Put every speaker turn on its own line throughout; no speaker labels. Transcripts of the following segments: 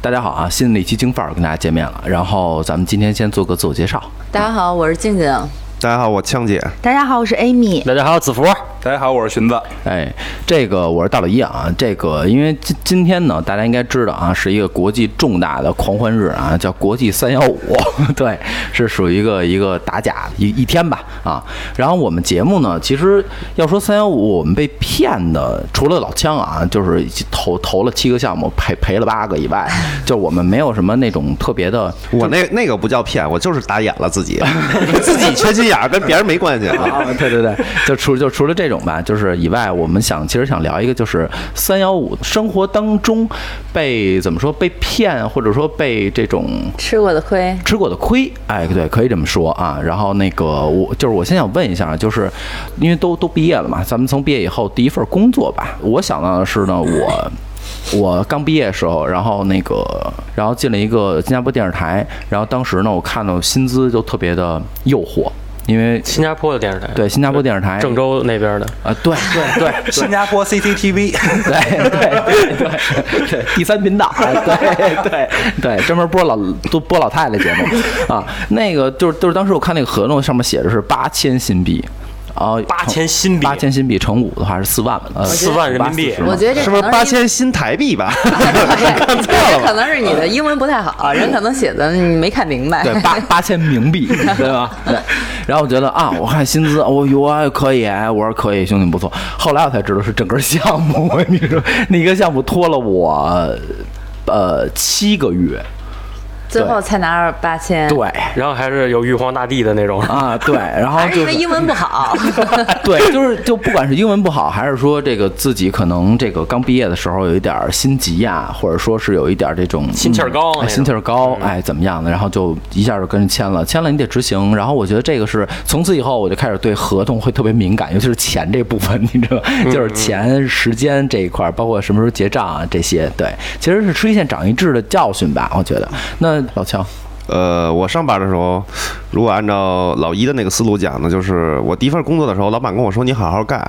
大家好啊，新的一期京范儿跟大家见面了。然后咱们今天先做个自我介绍。
大家好，我是静静。
大家好，我枪姐。
大家好，我是 Amy。
大家好，子福。
大家好，我是荀子。
哎，这个我是大老一啊。这个因为今今天呢，大家应该知道啊，是一个国际重大的狂欢日啊，叫国际三幺五， 对，是属于一个一个打假一一天吧啊。然后我们节目呢，其实要说三幺五，我们被骗的，除了老枪啊，就是投投了七个项目，赔赔了八个以外， 就我们没有什么那种特别的。
我那那个不叫骗，我就是打眼了自己， 自己缺心眼儿，跟别人没关 系啊。
啊，对对对，就除就除了这种吧，就是以外，我们想其实想聊一个，就是三幺五生活当中被怎么说被骗，或者说被这种
吃过的亏，
吃过的亏，哎，对，可以这么说啊。然后那个我就是我先想问一下，就是因为都都毕业了嘛，咱们从毕业以后第一份工作吧，我想到的是呢，我。我刚毕业的时候，然后那个，然后进了一个新加坡电视台，然后当时呢，我看到薪资就特别的诱惑，因为
新加坡的电视台，
对新加坡电视台
郑州那边的，
啊，对对对
新加坡 CCTV，
对对对对，第三频道，啊对对对，专门播老都播老太太节目啊。那个就是就是当时我看那个合同上面写的是八千新币，啊，
8000新币
八千新币乘五的话是四万吧，呃，
四万人民币
440
我觉得这
是不是
可能因
八
为
千新台币吧？
对，这可能是你的英文不太好，人可能写的你没看明白。
对， 八八千冥币，对吧？对。然后我觉得啊，我看薪资，我哟哎可以，我说可以，兄弟不错。后来我才知道是整个项目，我跟你说，那个项目拖了我呃七个月，
最后才拿着八千，
对。
然后还是有玉皇大帝的那种。
啊，对，然后
还是
就
因哎为英文不好。
对，就是就不管是英文不好，还是说这个自己可能这个刚毕业的时候有一点儿心急呀，或者说是有一点儿这种
心气儿
嗯哎
高那种
心气儿高，哎，怎么样的，然后就一下就跟人签了，签了你得执行。然后我觉得这个是从此以后我就开始对合同会特别敏感，尤其是钱这部分，你知道，
嗯
就是钱、时间这一块儿，包括什么时候结账啊这些，对，其实是吃一堑长一智的教训吧，我觉得。那老乔，
呃，我上班的时候，如果按照老一的那个思路讲呢，就是我第一份工作的时候，老板跟我说：“你好好干，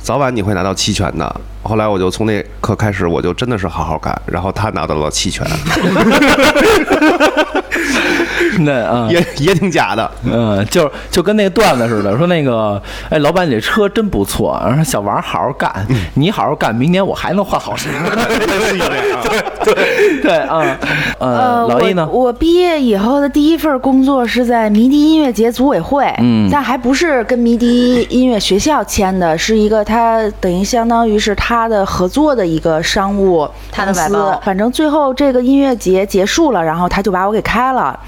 早晚你会拿到期权的。”后来我就从那刻开始，我就真的是好好干，然后他拿到了期权，
那啊。
也也挺假的。
嗯，就是就跟那个段子似的，说那个，哎，老板，你这车真不错，然后小王好好干，你好好干，明年我还能换好车。 对对啊，呃，老易呢？
我？我毕业以后的第一份工作是在迷笛音乐节组委会，
嗯
但还不是跟迷笛音乐学校签的，是一个他等于相当于是他的合作的一个商务
他的
公司
外包
反正最后这个音乐节结束了，然后他就把我给开了，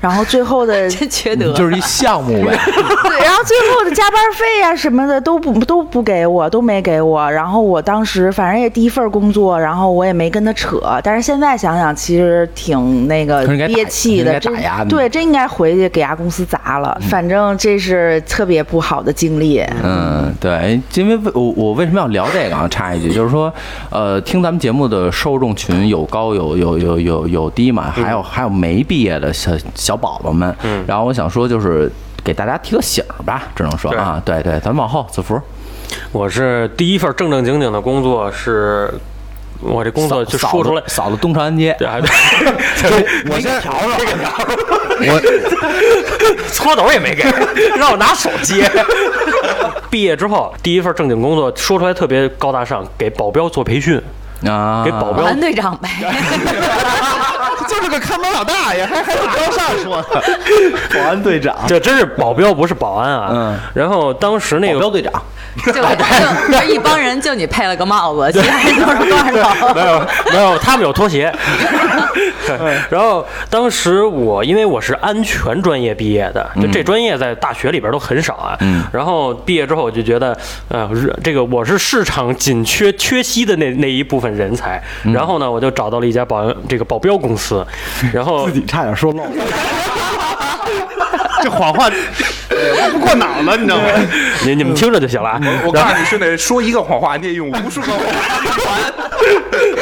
然后最 后的
真缺德，
就是一项目 呗，
对，然后最后的加班费呀、什么的都不都不给我，都没给我。然后我当时反正也第一份工作，然后我也没跟他扯。但是现在想想，其实挺那个
应该打
憋气
应
的，
该打
真
压你
对，真应该回去给家公司砸了。反正这是特别不好的经历。
嗯，对，因为为我我为什么要聊这个啊？插一句，就是说，呃，听咱们节目的受众群有高有有有有有低嘛，还有还有没毕业的小小宝宝们。嗯，然后我想说，就是给大家提个醒儿吧，只能说
对
啊，对对，咱往后，子福。
我是第一份正正经经的工作是，我这工作就
扫
说出来
扫，扫的东长安街，
对，还对，
我现在
啊
我搓斗也 没给，让我拿手接。毕业之后第一份正经工作，说出来特别高大上，给保镖做培训，
啊，
给保镖
韩队长呗。
就是个看门老大爷，还还有高尚说的。
保安队长，
这真是保镖不是保安啊。
嗯
然后当时那
保镖
个。
队长，
就就就一帮人，就你配了个帽子，其他人都是罐头。
没有没有，他们有拖鞋。然后当时我因为我是安全专业毕业的，就这专业在大学里边都很少啊。
嗯
然后毕业之后我就觉得，呃，是这个我是市场紧缺缺席的那那一部分人才。然后呢，我就找到了一家保安这个保镖公司，然后
己差点说漏了。
这谎话不过脑了，你知道吗？
你你们听着就行了啊。
我告诉你，兄弟，说一个谎话，你得用无数个谎话。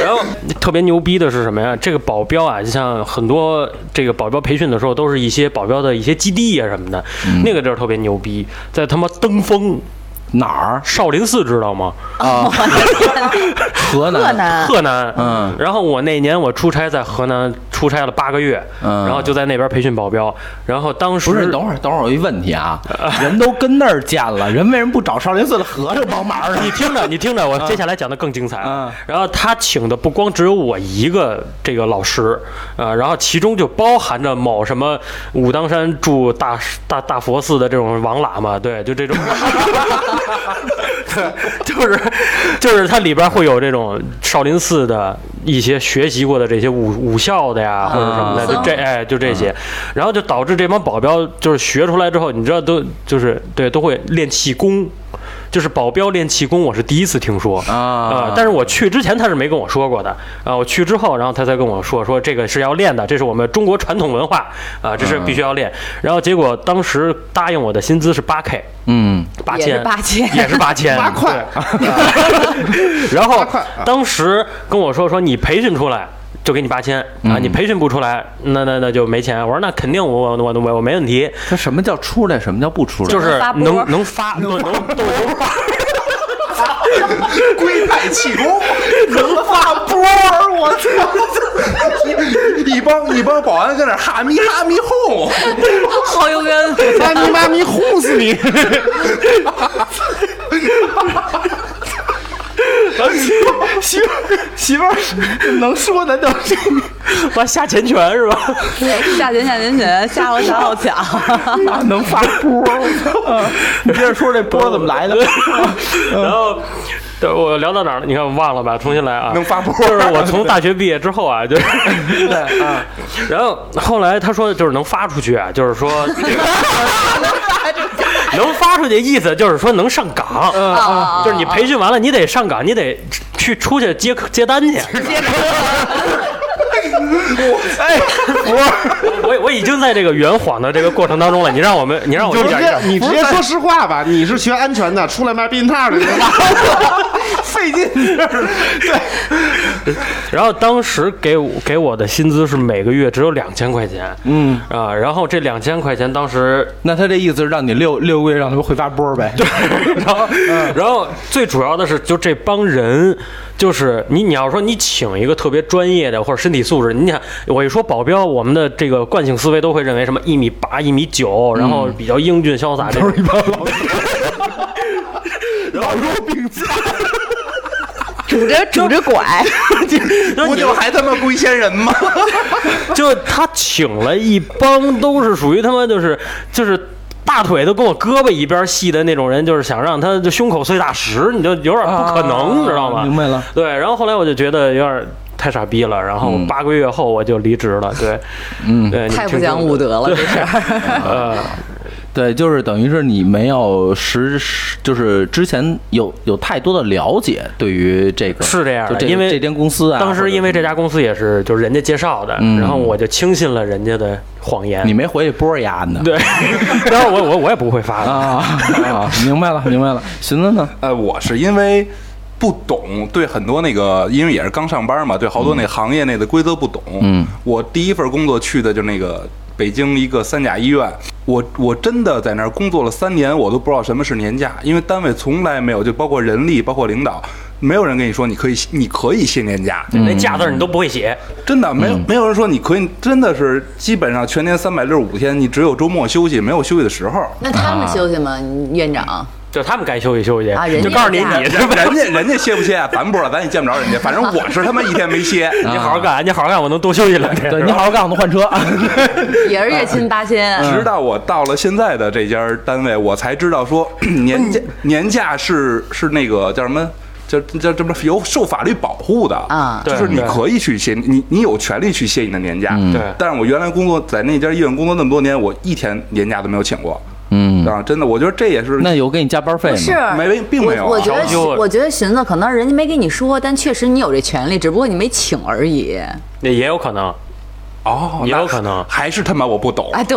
然后特别牛逼的是什么呀？这个保镖啊，就像很多这个保镖培训的时候，都
嗯
是一些保镖的一些基地啊什么的，那个地儿特别牛逼，在他妈登封。
哪儿？
少林寺知道吗？
啊河
河
南。
南
河南，
嗯
然后我那年我出差在河南出差了八个月，
嗯
然后就在那边培训保镖，然后当时
不是，等会儿，等会儿，我有一问题啊，人都跟那儿见了，人为什么不找少林寺的和尚帮忙啊呢？
你听着，你听着，我接下来讲的更精彩。
嗯
然后他请的不光只有我一个这个老师，呃，然后其中就包含着某什么武当山驻大大大佛寺的这种王喇嘛，对，就这种， 就是就是它里边会有这种少林寺的一些学习过的这些武武校的呀，或者什么的，就这哎就这些，然后就导致这帮保镖就是学出来之后，你知道都就是对都会练气功。就是保镖练气功，我是第一次听说
啊
呃但是我去之前他是没跟我说过的啊、我去之后，然后他才跟我说说这个是要练的，这是我们中国传统文化啊、这是必须要练。然后结果当时答应我的薪资是八 K，
嗯，
八
也
千
是，八 千
也是八千，八块。 啊然后当时跟我说说你培训出来。就给你八千啊！你培训不出来，那那那就没钱。我说那肯定我，我我我我没问题，
他什么叫出来，什么叫不出来？
就是
发波
能能发能能都能发。
龟派气功，能发波儿，我 操！一帮一帮保安在那儿哈咪哈咪哄，
薅油根，
妈咪妈咪轰死你！
媳媳妇儿能说咱就
我下前拳是吧？
下拳下拳拳，下后小后脚，
能发波。
嗯
你接着说这波怎么来的？嗯
然后，对我聊到哪儿了？你看我忘了吧？重新来啊！
能发波
就是我从大学毕业之后啊，就是对啊。 然后后来他说就是能发出去，啊，就是 说能发出去，意思就是说能上岗，
啊
就是你培训完了，你得上岗，你得去出去接客接单去。 哎，我我我已经在这个圆谎的这个过程当中了，你让我们，你让我
就
一
直
点一
接
点
你直接说实话吧，你是学安全的，出来卖避孕套的，你知道吗费劲劲儿。
然后当时给我给我的薪资是每个月只有两千块钱，嗯啊，然后这两千块钱当时，
那他这意思是让你六六个月让他们会发波呗？
然后、然后最主要的是，就这帮人，就是你你要说你请一个特别专业的或者身体素质，你想我一说保镖，我们的这个惯性思维都会认为什么一米八、一米九，然后比较英俊潇洒这种，
拄着拄着拐，
然后
不
你
就还他妈龟仙人吗？
就他请了一帮都是属于他妈就是就是。大腿都跟我胳膊一边细的那种人，就是想让他就胸口碎大石，你就有点不可能，你知道吗？
啊明白了。
对，然后后来我就觉得有点太傻逼了，然后八个月后我就离职了。对，嗯，对，你
太不
听
讲
说
武德了，这是。
呃，
啊对，就是等于是你没有实，就是之前有有太多的了解，对于这个
是这样的
就这
因为
这间公司啊，
当时因为这
或者
家公司也是就是人家介绍的，
嗯
然后我就轻信了人家的谎言。
你没回去波压呢，
对， 然后我我我也不会发的。
啊啊，明白了明白了，寻思呢，
呃，我是因为不懂，对很多那个，因为也是刚上班嘛，对好多那行业内的规则不懂。
嗯，
我第一份工作去的就那个北京一个三甲医院，我我真的在那儿工作了三年，我都不知道什么是年假，因为单位从来没有，就包括人力，包括领导，没有人跟你说你可以你可以歇年假，
嗯
那架字儿你都不会写，
真的没有、没有人说你可以，真的是基本上全年三百六十五天，你只有周末休息，没有休息的时候。
那他们休息吗？院长，
就他们该休息休息
啊人，家
就告诉你
有假
你
人人家人家歇不歇啊？咱不知道，咱也见不着人家。反正我是他妈一天没歇，
你好好干，你好好干，我能多休息两天。
啊对
是
你
吧
好好干，我能换车，
也是月薪八千，
直到我到了现在的这家单位，我才知道 说年
嗯
假年假是是那个叫什么？叫叫什么有受法律保护的
啊
就是
对
你可以去歇，你你有权利去歇你的年假。
嗯
对
但是我原来工作在那家医院工作那么多年，我一天年假都没有请过。
嗯，
啊，真的，我觉得这也是
那有给你加班费吗？
是
没并没有啊
我我觉得
调休
寻我觉得寻思可能人家没跟你说，但确实你有这权利，只不过你没请而已。
啊
那也有可能。
哦，
也有
那
可能
还是他妈我不懂。
啊，对，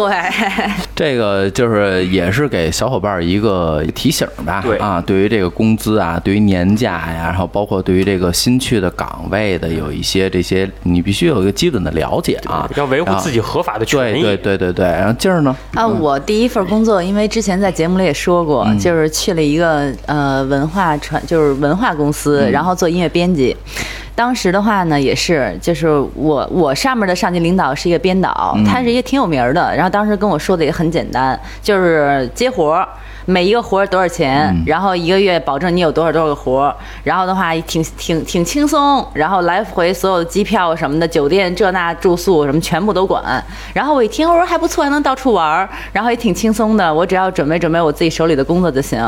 这个就是也是给小伙伴儿一个提醒吧，
对
啊，对于这个工资啊，对于年假呀，然后包括对于这个新去的岗位的有一些这些，你必须有一个基本的了解啊，
要维护自己合法的权
对
益。哎
对对对对，然后劲儿呢，
啊，我第一份工作，因为之前在节目里也说过，就是去了一个呃文化传，就是文化公司，然后做音乐编辑。当时的话呢，也是，就是我我上面的上级领导是一个编导，他是一个挺有名儿的，然后当时跟我说的也很简单，就是接活儿。每一个活儿多少钱，然后一个月保证你有多少多少个活儿，然后的话挺挺挺轻松，然后来回所有的机票什么的、酒店这那住宿什么全部都管。然后我一听，我说还不错，还能到处玩儿，然后也挺轻松的，我只要准备准备我自己手里的工作就行。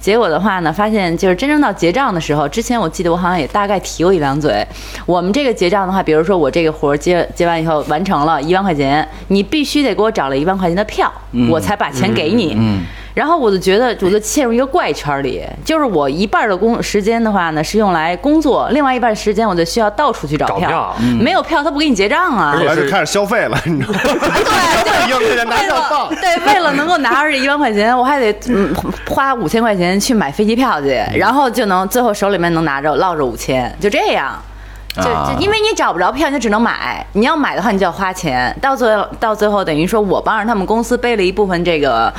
结果的话呢，发现就是真正到结账的时候，之前我记得我好像也大概提过一两嘴，我们这个结账的话，比如说我这个活儿接接完以后完成了一万块钱，你必须得给我找了一万块钱的票，
嗯
我才把钱给你。然后我就觉得，我就陷入一个怪圈里，就是我一半的工时间的话呢是用来工作，另外一半时间我就需要到处去找
找
票，
票嗯
没有票他不给你结账啊。
后来就开始消费了，你知道吗？
对，
一
就
万块
为
钱拿上
了
当
对，为了能够拿着这一万块钱，我还得嗯花五千块钱去买飞机票去，
嗯
然后就能最后手里面能拿着落着五千，就这样。就
啊
就因为你找不着票，你就只能买。你要买的话，你就要花钱。到最后，到最后等于说我帮着他们公司背了一部分这个，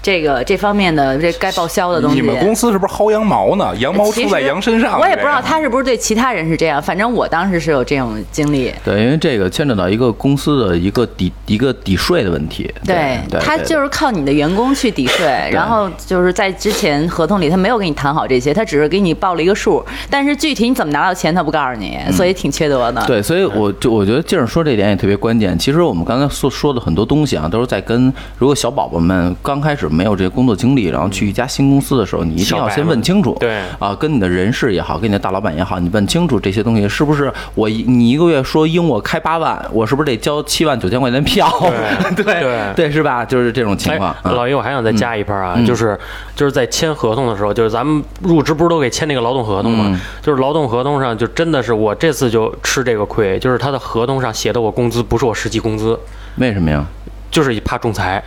这个这方面的这该报销的东西。哎
你们公司是不是薅羊毛呢？羊毛
其
出在
实
羊身上。啊
我也不知道
这样
他是不是对其他人是这样，反正我当时是有这种经历。
对，因为这个牵扯到一个公司的一个抵一个抵税的问题，
对
对，
他就是靠你的员工去抵税，然后就是在之前合同里他没有跟你谈好这些，他只是给你报了一个数，但是具体你怎么拿到钱他不告诉你，所以挺缺德的。
对，所以我就我觉得静儿说这点也特别关键。其实我们刚才所说的很多东西啊，都是在跟如果小宝宝们刚开始没有这些工作经历，然后去一家新公司的时候，你一定
小
要
白
先
们
问清楚，
对
啊，跟你的人事也好，跟你的大老板也好，你问清楚这些东西是不是我一你一个月说应我开八万，我是不是得交七万九千块钱票？ 对
对
是吧？就是这种情况。
哎、
嗯
老爷，我还想再加一盘啊，就是就是在签合同的时候，就是咱们入职不是都给签那个劳动合同吗？
嗯
就是劳动合同上就真的是我这次就吃这个亏，就是他的合同上写的我工资不是我实际工资，
为什么呀？
就是怕仲裁，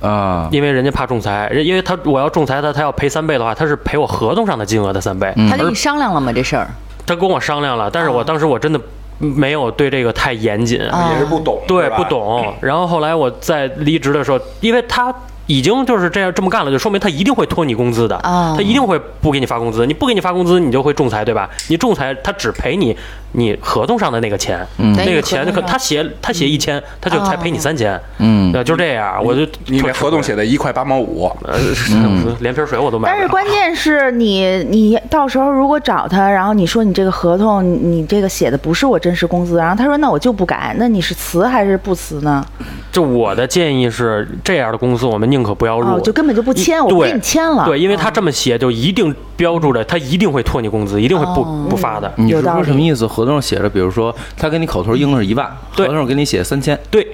啊，
因为人家怕仲裁，人因为他我要仲裁他，他要赔三倍的话，他是赔我合同上的金额的三
嗯
倍，
他跟你商量了吗这事儿？
他跟我商量了，但是
啊
我当时我真的没有对这个太严谨，
啊
也是不懂，
对，
是吧嗯
不。懂。然后后来我在离职的时候，因为他已经就是这样这么干了，就说明他一定会拖你工资的，
啊
哦
他一定会不给你发工资。你不给你发工资，你就会仲裁，对吧？你仲裁，他只赔你你合同上的那个钱，
嗯
那个钱可他写他
嗯
写一千，他就才赔
哦
你三千，
嗯
对，就这样。我就
你那合同嗯写的一块八毛五，
呃，连瓶水我都买
但
不
是
了。
关键是你，你到时候如果找他，然后你说你这个合同，你你这个写的不是我真实工资，然后他说那我就不改，那你是辞还是不辞呢？
就我的建议是，这样的公司我们宁可不要入，
哦，就根本就不签，我不
对
给你签了。哦
对，因为他这么写，就一定标注着他一定会拖你工资，一定会不、
哦
不发
嗯
的。
嗯你
有
是
道
说
理
什么意思？合同上写着，比如说他跟你口头应的是一万，合
对
同上给你写三千，
对，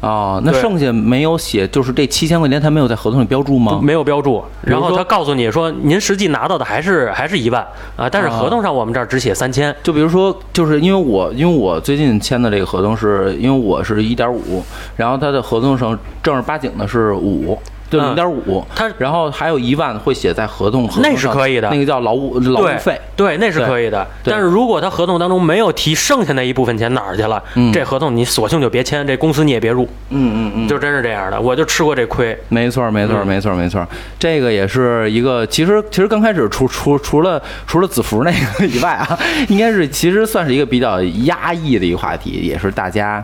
哦，那
对
剩下没有写，就是这七千块钱他没有在合同里标注吗？
没有标注，
嗯比如
然后
说
他告诉你说您实际拿到的还是还是一万啊，但是合同上我们这儿只写三千。
就比如说，就是因为我因为我最近签的这个合同是，因为我是一点五，然后他的合同上正儿八经的是五。对，零
嗯
点五，
它
然后还有一万会写在合同，合同
那是
上
可以的
那个叫劳务劳务
对
费，
对，那是
对
可以的。
对
但是如果他合同当中没有提剩下那一部分钱哪儿去了，这合同你索性就别签，这公司你也别入，
嗯嗯嗯嗯，
就真是这样的。我就吃过这亏，
没错，没
嗯
错，没错，没错。这个也是一个，其实其实刚开始除除除了除了子服那个以外啊，应该是其实算是一个比较压抑的一个话题，也是大家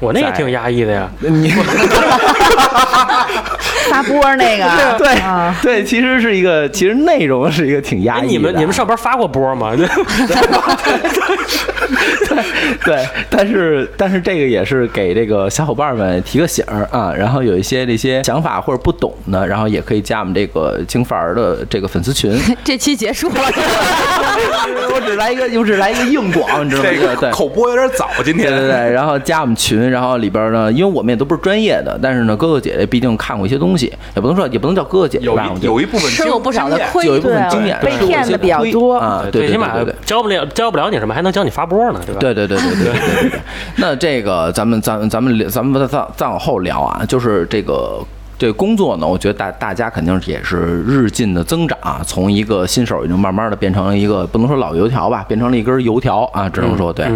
我那也
在
挺压抑的呀。
你，
发波那个
对
啊，
对，其实是一个其实内容是一个挺压抑
哎，
的啊。
你们你们上班发过波吗？
对，但是但是这个也是给这个小伙伴们提个醒儿啊，然后有一些这些想法或者不懂的，然后也可以加我们这个京范儿的这个粉丝群。
这期结束了，
我只来一个，我只来一个硬广，你知道吗？
这
对
个口播有点早，今
对
天
对对，然后加我们群，然后里边呢，因为我们也都不是专业的，但是呢，哥哥姐姐毕竟看过一些东西，也不能说也不能叫哥姐
有
吧，我
一
觉得
有一部分
吃过不少的
经验
亏，
有一部分
对
经验
被
是有一
骗
些
的比较
亏
多
啊，对
最
对
起
对
码
对对。
教不了教不了你什么，还能教你发波呢，对吧？
对对对对对对对对对。那这个咱们咱们咱们咱们再再往后聊啊，就是这个。这工作呢，我觉得大大家肯定也是日进的增长、啊，从一个新手已经慢慢的变成了一个不能说老油条吧，变成了一根油条啊，只能说对。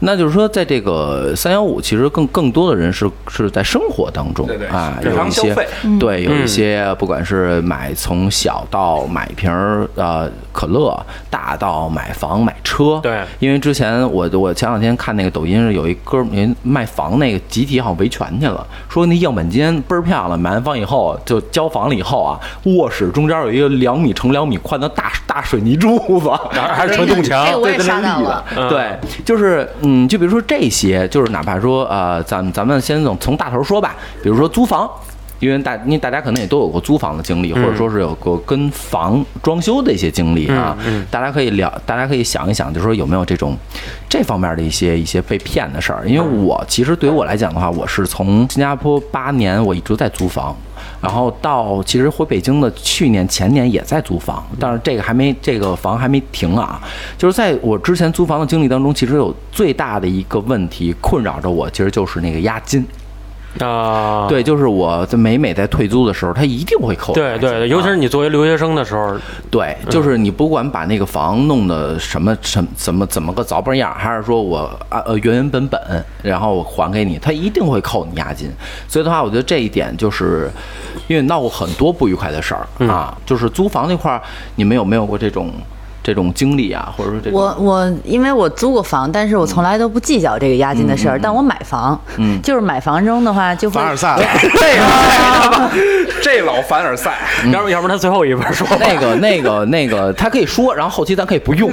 那就是说，在这个三幺五，其实更更多的人是是在生活当中
对对
啊，
日
有
常
一
消
些
费
嗯
对有一些不管是买从小到买瓶儿呃可乐，大到买房买车，
对
因为之前我我前两天看那个抖音是有一哥们儿卖房那个集体好像维权去了，说那样板间倍儿漂亮，买完房以后就交房了以后啊，卧室中间有一个两米乘两米宽的大大水泥柱 子，
然后还是成栋墙
哎，我也
对，跟那
刷到
绿的
了，
嗯
对，就是嗯，就比如说这些，就是哪怕说呃，咱咱们先从从大头说吧，比如说租房。因为大，因为大家可能也都有过租房的经历，或者说是有过跟房装修的一些经历啊。大家可以聊，大家可以想一想，就是说有没有这种这方面的一些一些被骗的事儿。因为我其实对于我来讲的话，我是从新加坡八年，我一直在租房，然后到其实回北京的去年前年也在租房，但是这个还没这个房还没停啊。就是在我之前租房的经历当中，其实有最大的一个问题困扰着我，其实就是那个押金。
啊，
对，就是我在每每在退租的时候，他一定会扣我押金
对
啊。
对，尤其是你作为留学生的时候，
嗯
对，就是你不管把那个房弄得什么什么怎么怎么个糟粕样儿，还是说我啊呃原原本本，然后我还给你，他一定会扣你押金。所以的话，我觉得这一点就是，因为闹过很多不愉快的事儿
嗯
啊，就是租房那块儿，你们有没有过这种这种经历 啊，或者说这种
我我因为我租过房，但是我从来都不计较这个押金的事儿。但我买房，就是买房中的话就会
凡尔赛了，
这个这老凡尔赛，
嗯
要不要不然他最后一本说
那个那个那个，他可以说，然后后期咱可以不 用。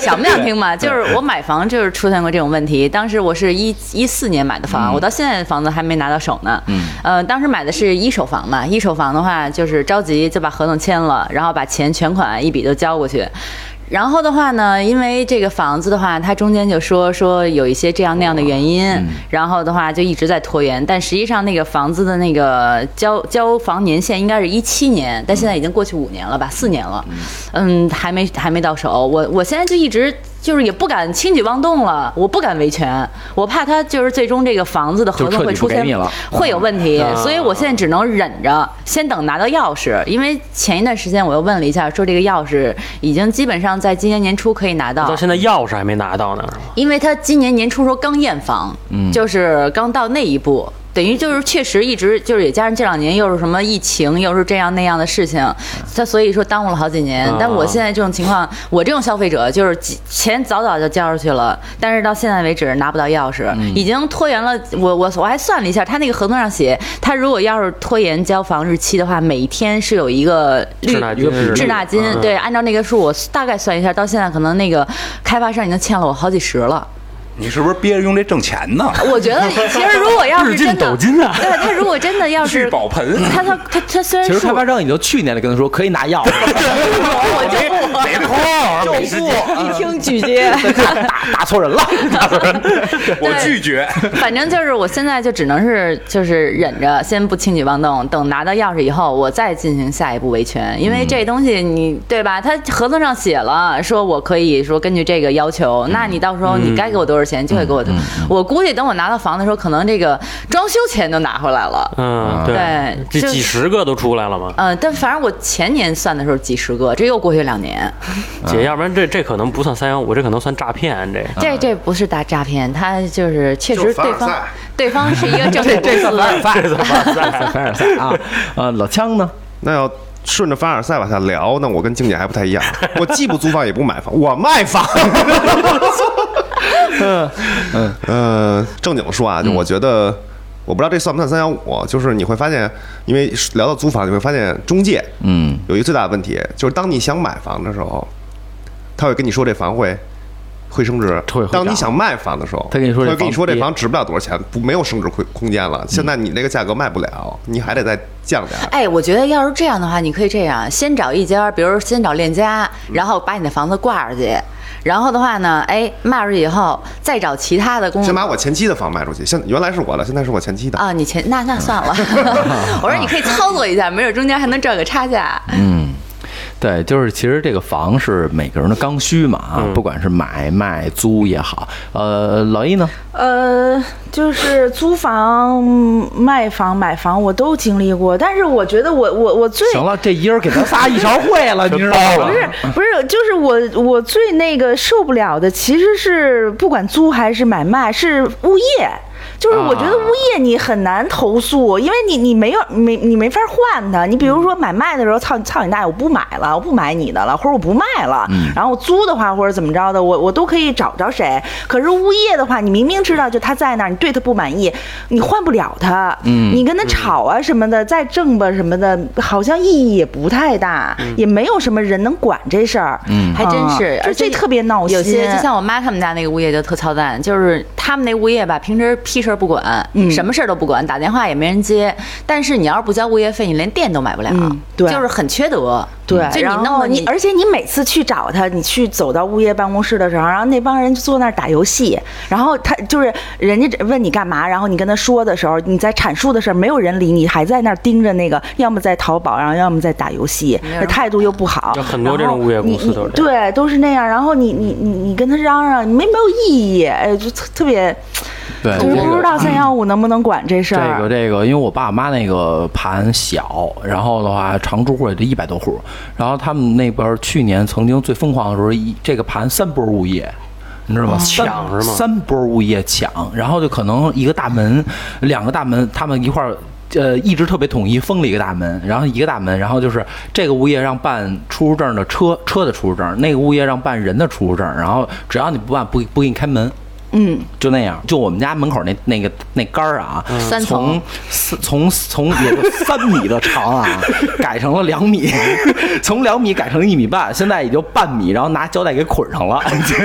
想不想听嘛？就是我买房就是出现过这种问题。当时我是一一四年买的房，我到现在房子还没拿到手呢。嗯，呃，当时买的是一手房嘛，一手房的话就是着急就把合同签了，然后把钱全款一笔都交过去。然后的话呢，因为这个房子的话，它中间就说说有一些这样那样的原因，
嗯
然后的话就一直在拖延。但实际上那个房子的那个交交房年限应该是一七年，但现在已经过去五年了吧，四年了，嗯，还没还没到手。我我现在就一直就是也不敢轻举妄动了，我不敢维权，我怕他就是最终这个房子的合
就彻
同
底
会
不
出
给
现
你了嗯
会有问题，
啊
所以我现在只能忍着，先等拿到钥匙。因为前一段时间我又问了一下，说这个钥匙已经基本上在今年年初可以拿
到
到，
现在钥匙还没拿到呢，是吗
因为他今年年初时候刚验房，就是刚到那一步。等于就是确实一直就是也加上这两年又是什么疫情又是这样那样的事情，他所以说耽误了好几年
啊。
但我现在这种情况，我这种消费者就是几钱早早就交出去了，但是到现在为止拿不到钥匙，已经拖延了。我我我还算了一下，他那个合同上写，他如果要是拖延交房日期的话，每一天是有一个
滞
绿
纳金是吧，
滞纳金，
嗯
对，按照那个数，我大概算一下，到现在可能那个开发商已经欠了我好几十了。
你是不是憋着用这挣钱呢？
我觉得其实如果要
日
是
进
真的，
斗金啊
对他如果真的要
聚
是
宝盆，
他他他他虽然
其实开
说
发商已经去年就跟他说可以拿钥匙，
我就不
没空，没时间。
一听拒 接，
打打错人 了。
我拒绝。
反正就是我现在就只能是就是忍着，先不轻举妄动，等拿到钥匙以后，我再进行下一步维权。因
嗯
为这东西你对吧？他合同上写了，说我可以说根据这个要
嗯
求，那你到时候你该给我多少钱就会给我多。我估计等我拿到房的时候，可能这个装修钱都拿回来了。
嗯，
对
这
就
几十个都出来了嘛，
呃，但反正我前年算的时候几十个，这又过去两年，
姐，要不然这这可能不算三幺五，这可能算诈骗，这
这这不是大诈骗，他就是确
就
实
是凡
对
尔
方
赛
对方是一个正规公司，
这怎么算？
凡尔赛 啊，呃，老枪呢？
那要顺着凡尔赛往下聊，那我跟静姐还不太一样，我既不租房也不买房，我卖房。嗯呃，正经说啊，就我觉得，我不知道这算不算三幺五，就是你会发现，因为聊到租房，你会发现中介
嗯，
有一个最大的问题，就是当你想买房的时候，他会跟你说这房会。会升值
会会。
当你
涨
想卖房的时候，
他跟你说这
会跟你
房
说这
跌
房值不了多少钱，不没有升值空空间了。现在你那个价格卖不了，你还得再降点儿。
哎，我觉得要是这样的话，你可以这样，先找一家，比如先找链家，然后把你的房子挂上去，然后的话呢，哎，卖出去以后再找其他的工
先把我前妻的房卖出去，现原来是我的，现在是我前妻的。
啊，你前那那算了，我说你可以操作一下，没准中间还能赚个差价。
对，就是其实这个房是每个人的刚需嘛啊，不管是买卖租也好，呃，老易呢？
呃，就是租房、卖房、买房，我都经历过。但是我觉得我我我最
行了，这一人给咱仨一勺烩了，你知道吗
不？是不是，就是我我最那个受不了的，其实是不管租还是买卖，是物业。就是我觉得物业你很难投诉，因为你你没有没你没法换它。你比如说买卖的时候，操操你大爷，我不买了，我不买你的了，或者我不卖了。然后我租的话或者怎么着的，我我都可以找着谁。可是物业的话，你明明知道就他在那儿，你对他不满意，你换不了他。嗯，你跟他吵啊什么的，再争吧什么的，好像意义也不太大，也没有什么人能管这事儿。嗯
还真是，而
而
且
这特别闹心。
有些就像我妈他们家那个物业就特操蛋，就是他们那物业吧，平时屁事儿不管，
嗯
什么事儿都不管，打电话也没人接。但是你要是不交物业费，你连电都买不了，
嗯对
就是很缺德。嗯
对，
就你
然
弄
后
得
你，而且你每次去找他，你去走到物业办公室的时候，然后那帮人就坐那儿打游戏，然后他就是人家问你干嘛，然后你跟他说的时候，你在阐述的时候，没有人理你，还在那儿盯着那个，要么在淘宝，然后要么在打游戏，
没有
那
人
态度又不好
有。很多
然
这种
后
物业公
你
司
你
都是这
对，都是那样。然后你你你你跟他嚷嚷，没没有意义，哎，就特特别，
对，
就是
哎这
不
个
知道三幺五能不能管这事
这个
儿。
这个，因为我爸我妈那个盘小，然后的话常住户也就一百多户，然后他们那边去年曾经最疯狂的时候，一这个盘三波物业。你知道吗？三
抢是吗
哦三波物业抢，然后就可能一个大门，两个大门，他们一块儿，呃，一直特别统一，封了一个大门，然后一个大门，然后就是这个物业让办出入证的车车的出入证，那个物业让办人的出入证，然后只要你不办，不不给你开门。嗯，就那样，就我们家门口那那个那杆儿啊，
三
从
层
四从从有三米的长啊，改成了两米，从两米改成一米半，现在也就半米，然后拿胶带给捆上 了，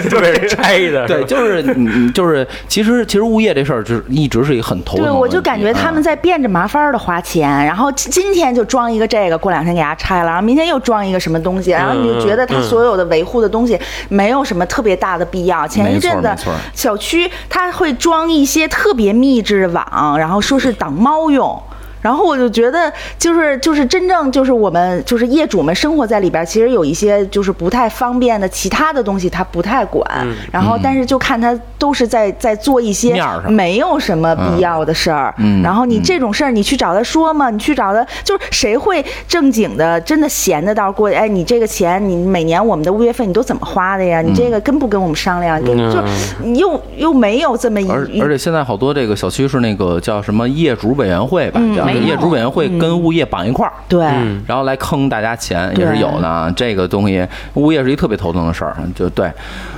就被人拆的，
对，就是你就是，其实其实物业这事儿就是一直是一个很头疼
对，
的问题。啊
我就感觉他们在变着麻法儿的花钱，然后今今天就装一个这个，过两天给它拆了，然后明天又装一个什么东西，然后
嗯
你就觉得它所有的维护的东西没有什么特别大的必要。前一阵子
没错没错
小区它会装一些特别密制的网，然后说是挡猫用。然后我就觉得，就是就是真正就是我们就是业主们生活在里边儿，其实有一些就是不太方便的其他的东西，他不太管。然后，但是就看他都是在在做一些
嗯面儿上
没有什么必要的事儿。
嗯
然后你这种事儿，你去找他说嘛，你去找他，就是谁会正经的、真的闲的到时候过去？哎，你这个钱，你每年我们的物业费你都怎么花的
嗯
呀？你这个跟不跟我们商量？跟就你又又没有这么一
而
一
而且现在好多这个小区是那个叫什么业主委员会吧，
嗯
叫
没有
业主委员会跟物业绑一块儿，
对。
嗯
然后来坑大家钱也是有的啊。这个东西物业是一特别头疼的事儿，就对，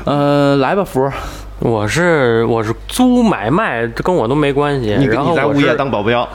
呃，来吧，福儿，
我是我是租买卖，这跟我都没关系。
你
然后
你在
我
物业
是嗯
当保镖，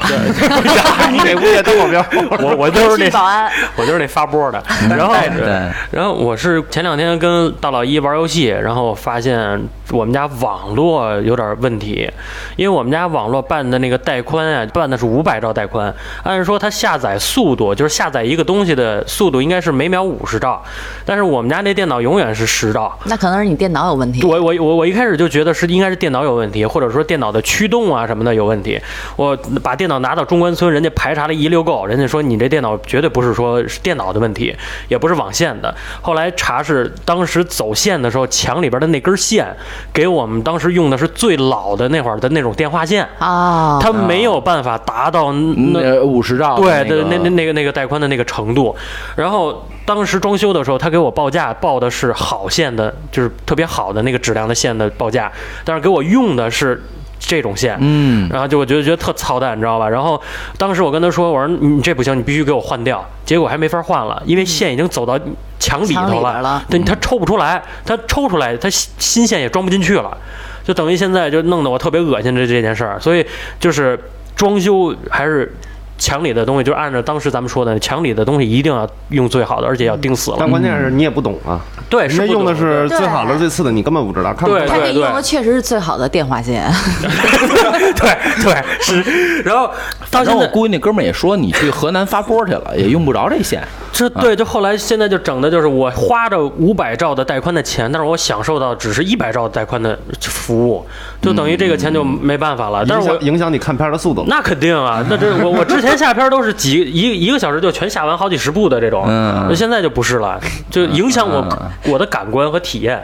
你给物业当保镖，
我我就是那
保安，
我就是那发波的。
嗯
然后
哎对
然后我是前两天跟大老一玩游戏，然后发现我们家网络有点问题，因为我们家网络办的那个带宽啊，办的是五百兆带宽，按说它下载速度就是下载一个东西的速度应该是每秒五十兆，但是我们家那电脑永远是十兆。
那可能是你电脑有问题。
我我我我一开始就觉得是应该是电脑有问题，或者说电脑的驱动啊什么的有问题。我把电脑拿到中关村，人家排查了一溜够，人家说你这电脑绝对不是说是电脑的问题，也不是网线的。后来查是当时走线的时候，墙里边的那根线给我们当时用的是最老的那会儿的那种电话线，
啊，
它没有办法达到那。
呃，五十兆，
对
对，
那那那个那个带宽的那个程度，然后当时装修的时候，他给我报价报的是好线的，就是特别好的那个质量的线的报价，但是给我用的是这种线，
嗯，
然后就我觉得觉得特操蛋，你知道吧？然后当时我跟他说，我说你这不行，你必须给我换掉。结果还没法换了，因为线已经走到墙里
墙里
头
边了
对，它抽不出来，它抽出来，它新新线也装不进去了，就等于现在就弄得我特别恶心这这件事儿。所以就是装修还是墙里的东西就是按照当时咱们说的，墙里的东西一定要用最好的，而且要钉死了。
但关键是你也不懂啊，
对，
人家
哎是不
嗯用的
懂
是
对
最好的、最次的，你根本不知道，看不
对
懂
他
对
这用的确实是最好的电话线，
对对是。然后到
然
现
后我
在，
估计那哥们儿也说你去河南发波去 了，也用不着这线。
这
啊
对，就后来现在就整的就是我花着五百兆的带宽的钱，但是我享受到只是一百兆带宽的服务，就等于这个钱就
嗯
没办法了。但
影
是我
响影响你看片儿的速度。
那肯定啊，那这我我之前下片都是几一一个小时就全下完好几十部的这种，
嗯
那现在就不是了，就影响我、我的感官和体验。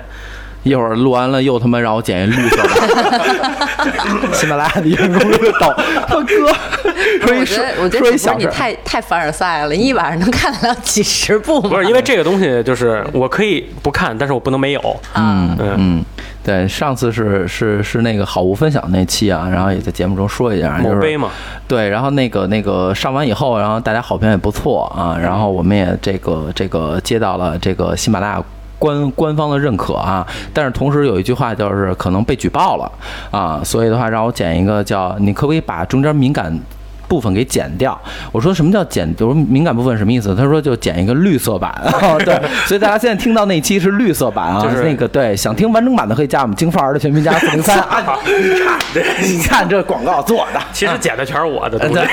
一会儿录完了又他妈让我剪一绿色的， 喜马拉雅的员工就 抖，我哥说一
我觉
说
得我觉
说一
得只不
小
过你
事儿，
太太凡尔赛了，你一晚上能看得了几十部吗？
不是因为这个东西，就是我可以不看，但是我不能没有。
嗯
嗯
嗯，对，上次是是是那个好物分享那期啊，然后也在节目中说一下，就
某
是啊
杯嘛，
对，然后那个那个上完以后，然后大家好评也不错啊，然后我们也这个这个接到了这个喜马拉雅。官官方的认可啊，但是同时有一句话就是可能被举报了啊，所以的话让我剪一个叫你可不可以把中间敏感部分给剪掉？我说什么叫剪？我说敏感部分什么意思？他说就剪一个绿色版， 对，所以大家现在听到那期是绿色版啊，
就是
那个对，想听完整版的可以加我们京范儿的全拼加四零三啊， 你看这广告做的。
其实剪的全是我的东
啊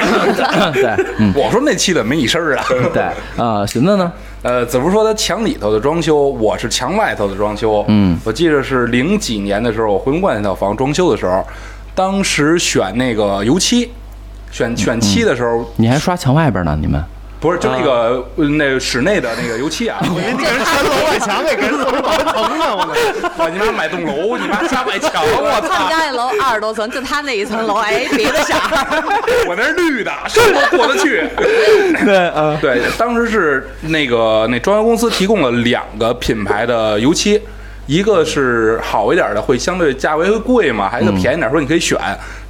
西。
对， 嗯，
我说那期怎么没你声儿啊？
对，啊，寻子呢？
呃，子夫说他墙里头的装修，我是墙外头的装修。
嗯，
我记得是零几年的时候，我回龙观那套房装修的时候，当时选那个油漆，选选漆的时候，
你还刷墙外边呢？你们
不是就那个、呃那个室内的那个油漆啊，我以为
嗯
你
外墙给人怎么疼呢？我
我你妈买栋楼，你妈瞎买墙，啊我
他们
操！
家那楼二十多层，就他那一层楼，哎，别的色儿。
我那是绿的，生活过得 去。对，
嗯
对，当时是那个那装修公司提供了两个品牌的油漆，一个是好一点的，会相对价位会贵嘛，
嗯
还有一个便宜点，说你可以选。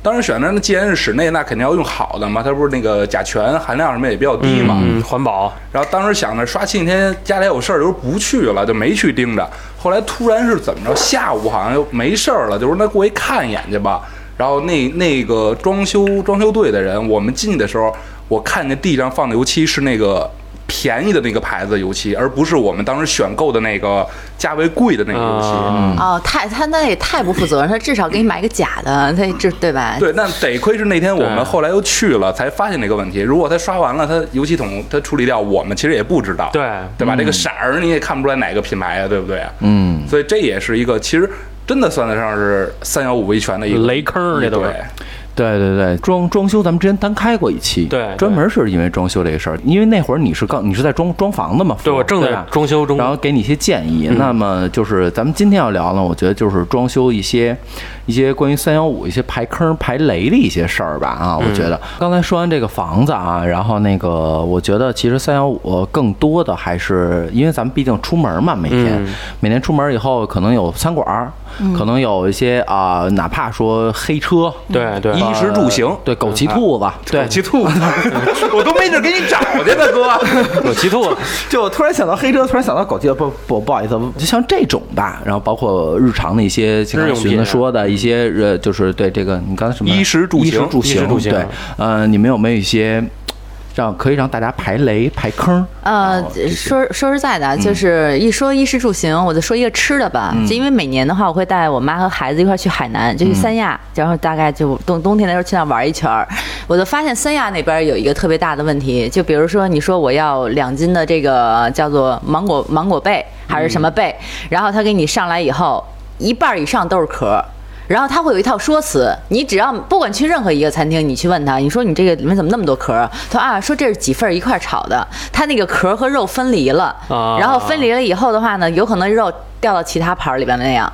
当时选的那既然是室内，那肯定要用好的嘛，它不是那个甲醛含量什么也比较低嘛。
嗯，环保，
然后当时想着刷七天，家里有事儿，就是不去了，就没去盯着。后来突然是怎么着，下午好像又没事儿了，就说那过去看一眼去吧。然后那那个装修装修队的人，我们进去的时候，我看见地上放的油漆是那个便宜的那个牌子的油漆，而不是我们当时选购的那个价位贵的那个油漆。
嗯，
哦，太他那也太不负责任，他至少给你买个假的，他这对吧？
对，那得亏是那天我
对
们后来又去了，才发现这个问题。如果他刷完了，他油漆桶他处理掉，我们其实也不知道，
对嗯
对吧？这个色儿你也看不出来哪个品牌呀、对不对啊？
嗯，
所以这也是一个其实真的算得上是三幺五维权的一个
雷坑儿这都是
对，
对对对，装装修咱们之前单开过一期，
对对
专门是因为装修这个事儿，因为那会儿你是刚你是在装装房子嘛，
对我正在
吧
装修中
啊然后给你一些建议。那么就是咱们今天要聊呢，我觉得就是装修一些一些关于三幺五一些排坑排雷的一些事儿吧啊，我觉得刚才说完这个房子啊，然后那个我觉得其实三幺五更多的还是因为咱们毕竟出门嘛，每天、每天出门以后可能有餐馆儿，可能有一些啊、哪怕说黑车，
对对，
衣食住行，
对枸杞兔子，嗯对
嗯狗骑兔子，我都没地儿给你找去，大哥。
我骑兔子，
就我突然想到黑车，突然想到狗急，不不不好意思，就像这种吧，然后包括日常的一些，像刚才寻
日用品
子
啊
说的一些，呃，就是对这个你刚才什么
衣食住行
衣食住
衣食住行
对，呃，你们有没有一些让可以让大家排雷排坑？
呃
然后这，些
说说实在的，啊就是一说衣食住行，我就说一个吃的吧。就因为每年的话，我会带我妈和孩子一块儿去海南，就去三亚，然后大概就冬冬天的时候去那儿玩一圈儿。我就发现三亚那边有一个特别大的问题，就比如说你说我要两斤的这个叫做芒果芒果贝还是什么贝，然后他给你上来以后，一半儿以上都是壳儿。然后他会有一套说辞，你只要不管去任何一个餐厅，你去问他，你说你这个里面怎么那么多壳儿？他说啊，说这是几份儿一块儿炒的，他那个壳儿和肉分离了，
啊
然后分离了以后的话呢，有可能肉掉到其他盘儿里边那样。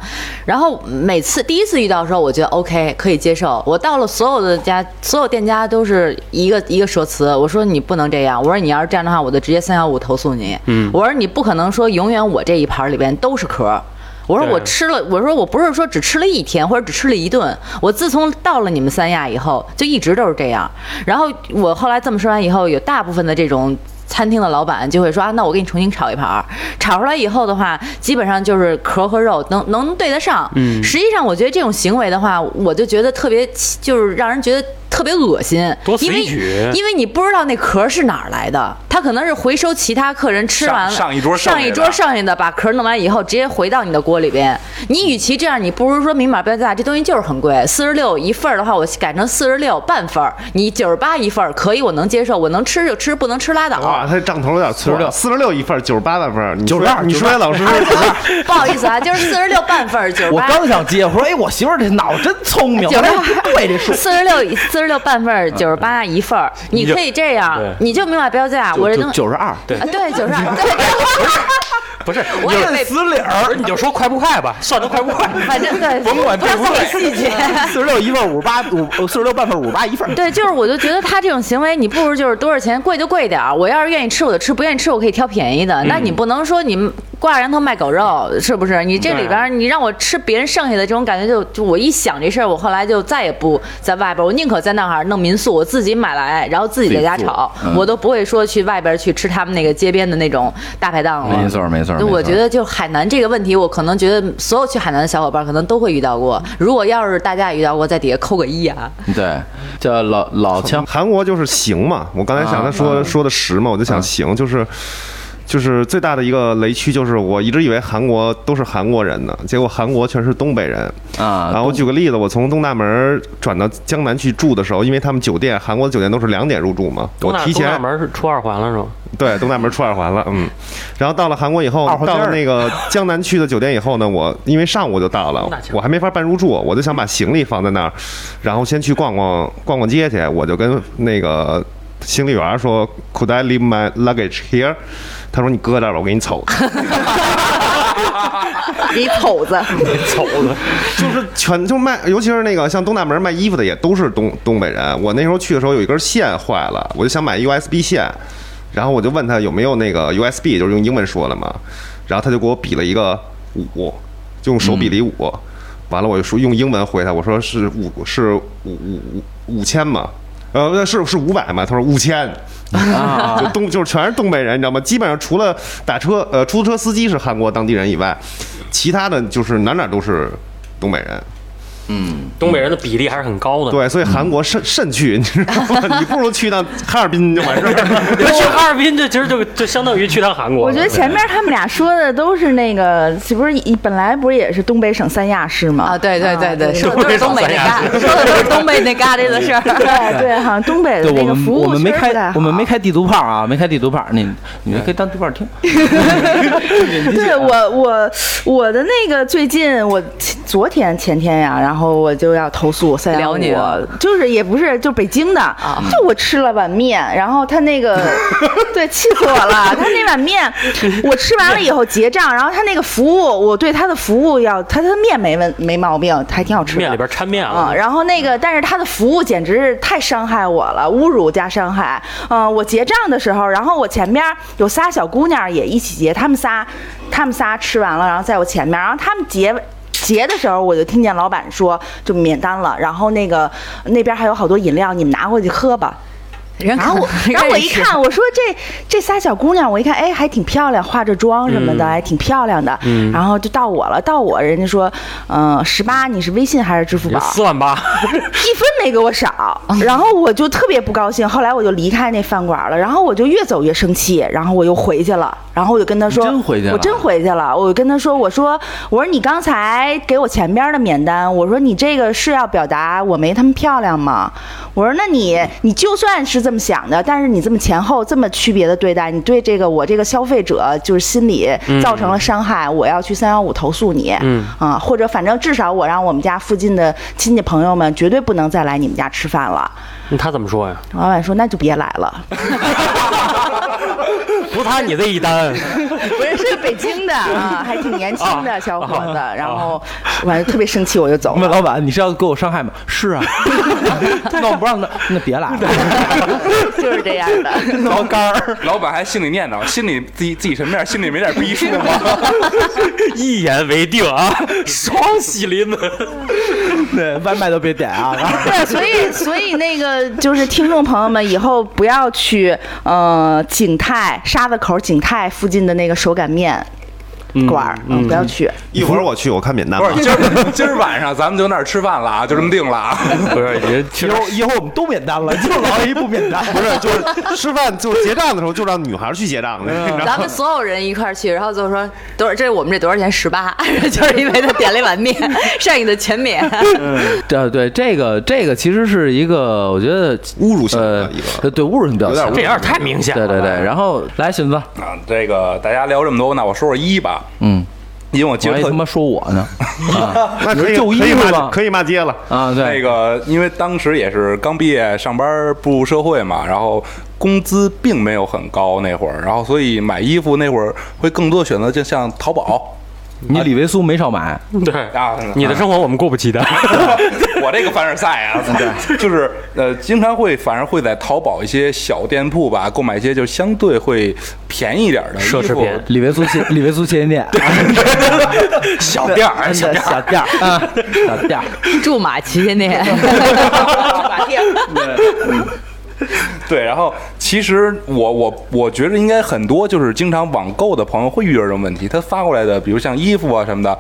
然后每次第一次遇到的时候，我觉得 OK 可以接受。我到了所有的家，所有店家都是一个一个说辞，我说你不能这样，我说你要是这样的话，我就直接三幺五投诉你。嗯，我说你不可能说永远我这一盘儿里边都是壳儿。我说
对
我吃了，我说我不是说只吃了一天或者只吃了一顿，我自从到了你们三亚以后，就一直都是这样。然后我后来这么说完以后，有大部分的这种。餐厅的老板就会说啊，那我给你重新炒一盘儿，炒出来以后的话，基本上就是壳和肉能能对得上。嗯，实际上我觉得这种行为的话，我就觉得特别气，就是让人觉得。特别恶心，
多
因为
随取
因为你不知道那壳是哪儿来的，它可能是回收其他客人吃
上
完了
上一桌剩
上一
下
桌
的
剩下的，把壳弄完以后直接回到你的锅里边。你与其这样，你不如说明码标价，这东西就是很贵，四十六一份儿的话，我改成四十六半份儿，你九十八一份儿可以，我能接受，我能吃就吃，不能吃拉倒。
哇，他账头有点错，
46
四十六一份，九十八万份，
92
你说你说老师，
不好意思啊，就是四十六半份儿，九十
我
呃八。
刚想接，我说哎，我媳妇儿这脑真聪明，
九
我
十
说不对这数。
四十六四十六半份儿，九十八一份儿，你
就
可以这样
对，
你就明码标价， 我这
九
能
九十二，对，
啊对九十二，对
不是，
我也被
死理儿，你就说快不快吧，算的快不快。
反正对，
甭管
不
对
要
不
在意
对
细节。
四十六一份五八五，四十六半份五八一份。
对，就是我就觉得他这种行为，你不如就是多少钱贵就贵点儿。我要是愿意吃我就吃，不愿意吃我可以挑便宜的。那
嗯
你不能说你挂羊头卖狗肉，是不是？你这里边儿你让我吃别人剩下的这种感觉就，就我一想这事儿，我后来就再也不在外边儿，我宁可在那儿弄民宿，我自己买来，然后自己在家
自己做
炒，
嗯
我都不会说去外边儿去吃他们那个街边的那种大排档了。
没错没错，
就我
没错
觉得，就海南这个问题，我可能觉得所有去海南的小伙伴儿可能都会遇到过。如果要是大家也遇到过，在底下扣个一啊。
对，叫老老枪，
韩国就是行嘛，我刚才
啊
想他说说的实嘛，我就想行，就是就是最大的一个雷区就是我一直以为韩国都是韩国人呢，结果韩国全是东北人。
啊
然后我举个例子，我从东大门转到江南去住的时候，因为他们酒店韩国酒店都是两点入住嘛，我
东大
提
东
前
大门是出二环了是吗？
对，东大门出二环了，嗯。然后到了韩国以后
二，环
到
街
了
儿
那个江南区的酒店以后呢，我因为上午就到了
那行，
我还没法办入住，我就想把行李放在那儿，然后先去逛逛逛逛街去。我就跟那个行李员说，Could I leave my luggage here？他说你搁这儿吧，我给你瞅。
你口子，
走了，
就是全就卖，尤其是那个像东大门卖衣服的也都是东东北人。我那时候去的时候有一根线坏了，我就想买 USB 线，然后我就问他有没有那个 USB，就是用英文说了嘛，然后他就给我比了一个五，就用手比了一五、完了我就说用英文回他，我说是五是五五五五千嘛。呃，是是五百嘛？他说五千，
啊，
就东就是全是东北人，你知道吗？基本上除了打车呃出租车司机是韩国当地人以外，其他的就是哪哪都是东北人。
嗯，
东北人的比例还是很高的。，
对，所以韩国慎慎去，你知道 吗？你不如去趟哈尔滨就完事儿了。
去哈尔滨这其实就就相当于去趟韩国。
我觉得前面他们俩说的都是那个，这不是一本来不是也是东北省三亚市吗？
啊，对对对对，说的都
东北
是东北那嘎，说的都是东北那嘎瘩的 事儿。
对对，好像东北的
对，我
那个
们
服务
我们没
确实不太
开
好
我们没开地图炮啊，没开地图炮，你你们可以当地图炮听。
对
啊
我我我的那个最近我前昨天前天呀，然后我就要投诉三幺
辽
五
宁，
就是也不是就北京的，
啊
就我吃了碗面，然后他 那个对气死我了，他那碗面我吃完了以后结账，然后他那个服务我对他的服务要他他的面没问没毛病，还挺好吃的，
面里边掺面
啊、
了，
然后那个，但是他的服务简直是太伤害我了，侮辱加伤害。嗯、我结账的时候，然后我前边有仨小姑娘也一起结，她们仨，她们仨吃完了，然后在我前面，然后她们结。结的时候，我就听见老板说就免单了，然后那个那边还有好多饮料，你们拿回去喝吧。
人
然 后我，然后我一看，我说这这仨小姑娘，我一看，哎，还挺漂亮，化着妆什么的，还挺漂亮的。然后就到我了，到我，人家说，嗯、十八，你是微信还是支付宝？
四万八，
一分没给我少，
哦
然后我就特别不高兴，后来我就离开那饭馆了，然后我就越走越生气，然后我又回去了，然后我就跟他说，
你真回去了
我真回去了，我跟他说，我说我说你刚才给我前边的免单，我说你这个是要表达我没他们漂亮吗？我说那你你就算是这么想的，但是你这么前后这么区别的对待，你对这个我这个消费者就是心理造成了伤害，我要去三幺五投诉你，
嗯
啊，或者反正至少我让我们家附近的亲戚朋友们绝对不能再来你们家吃饭了。
他怎么说 呀？
老板说那就别来了，
不差你这一单，
不是 是个北京的啊，还挺年轻的小伙子，然后我还特别生气，我就走
问
了。
老板，你是要给我伤害吗？是 啊，那我不让他，那别来了，
就是这样的，
挠肝儿，
老板还心里念叨，心里自己自己什么样，心里没点逼数 吗？
一言为定 啊，双喜临门。
对，外卖都别点啊。
对，所以 所以那个就是听众朋友们，以后不要去呃景泰沙子口景泰附近的那个手擀面，馆儿，嗯不要去。
一会儿我去，我看免单
不
吧
是，。今儿今儿晚上咱们就那儿吃饭了啊，就这么定了啊。
不是，也其
以
实
后以后我们都免单了，就老一不免单。
不是，就是吃饭就结账的时候就让女孩去结账的，
嗯
你知道吗
咱们所有人一块儿去，然后就说多少，这是我们这多少钱？十八， 就是因为他点了一碗面，剩下的全免。
对对，这个这个其实是一个，我觉得
侮辱性
呃
的一，个
对对侮辱性比较
有点
强
侮
这有点太明显
啊对对
了。
对，
啊
然后来寻子，
啊，这个大家聊这么多，那我说说一吧，
嗯，
因为我觉
我还
得
他
特
妈说我 呢，啊
那可以
就医
可以
是
骂
吧
可以骂街了。
啊，
那
对，
个，因为当时也是刚毕业上班步入社会嘛，然后工资并没有很高那会儿，然后所以买衣服那会儿会更多选择，就像淘宝
你李维苏没少买，
对
啊，
你的生活我们过不起的。
我这个凡尔赛 啊，就是呃，经常会反而会在淘宝一些小店铺吧，购买一些就相对会便宜一点的
奢侈
衣服
品
李维苏旗李维 苏旗舰店，
小 店儿，小
小店
店儿。
儿啊，小店儿，
驻马旗舰 店，
对，然后其实我我我觉得应该很多就是经常网购的朋友会遇到这种问题，他发过来的，比如像衣服啊什么的。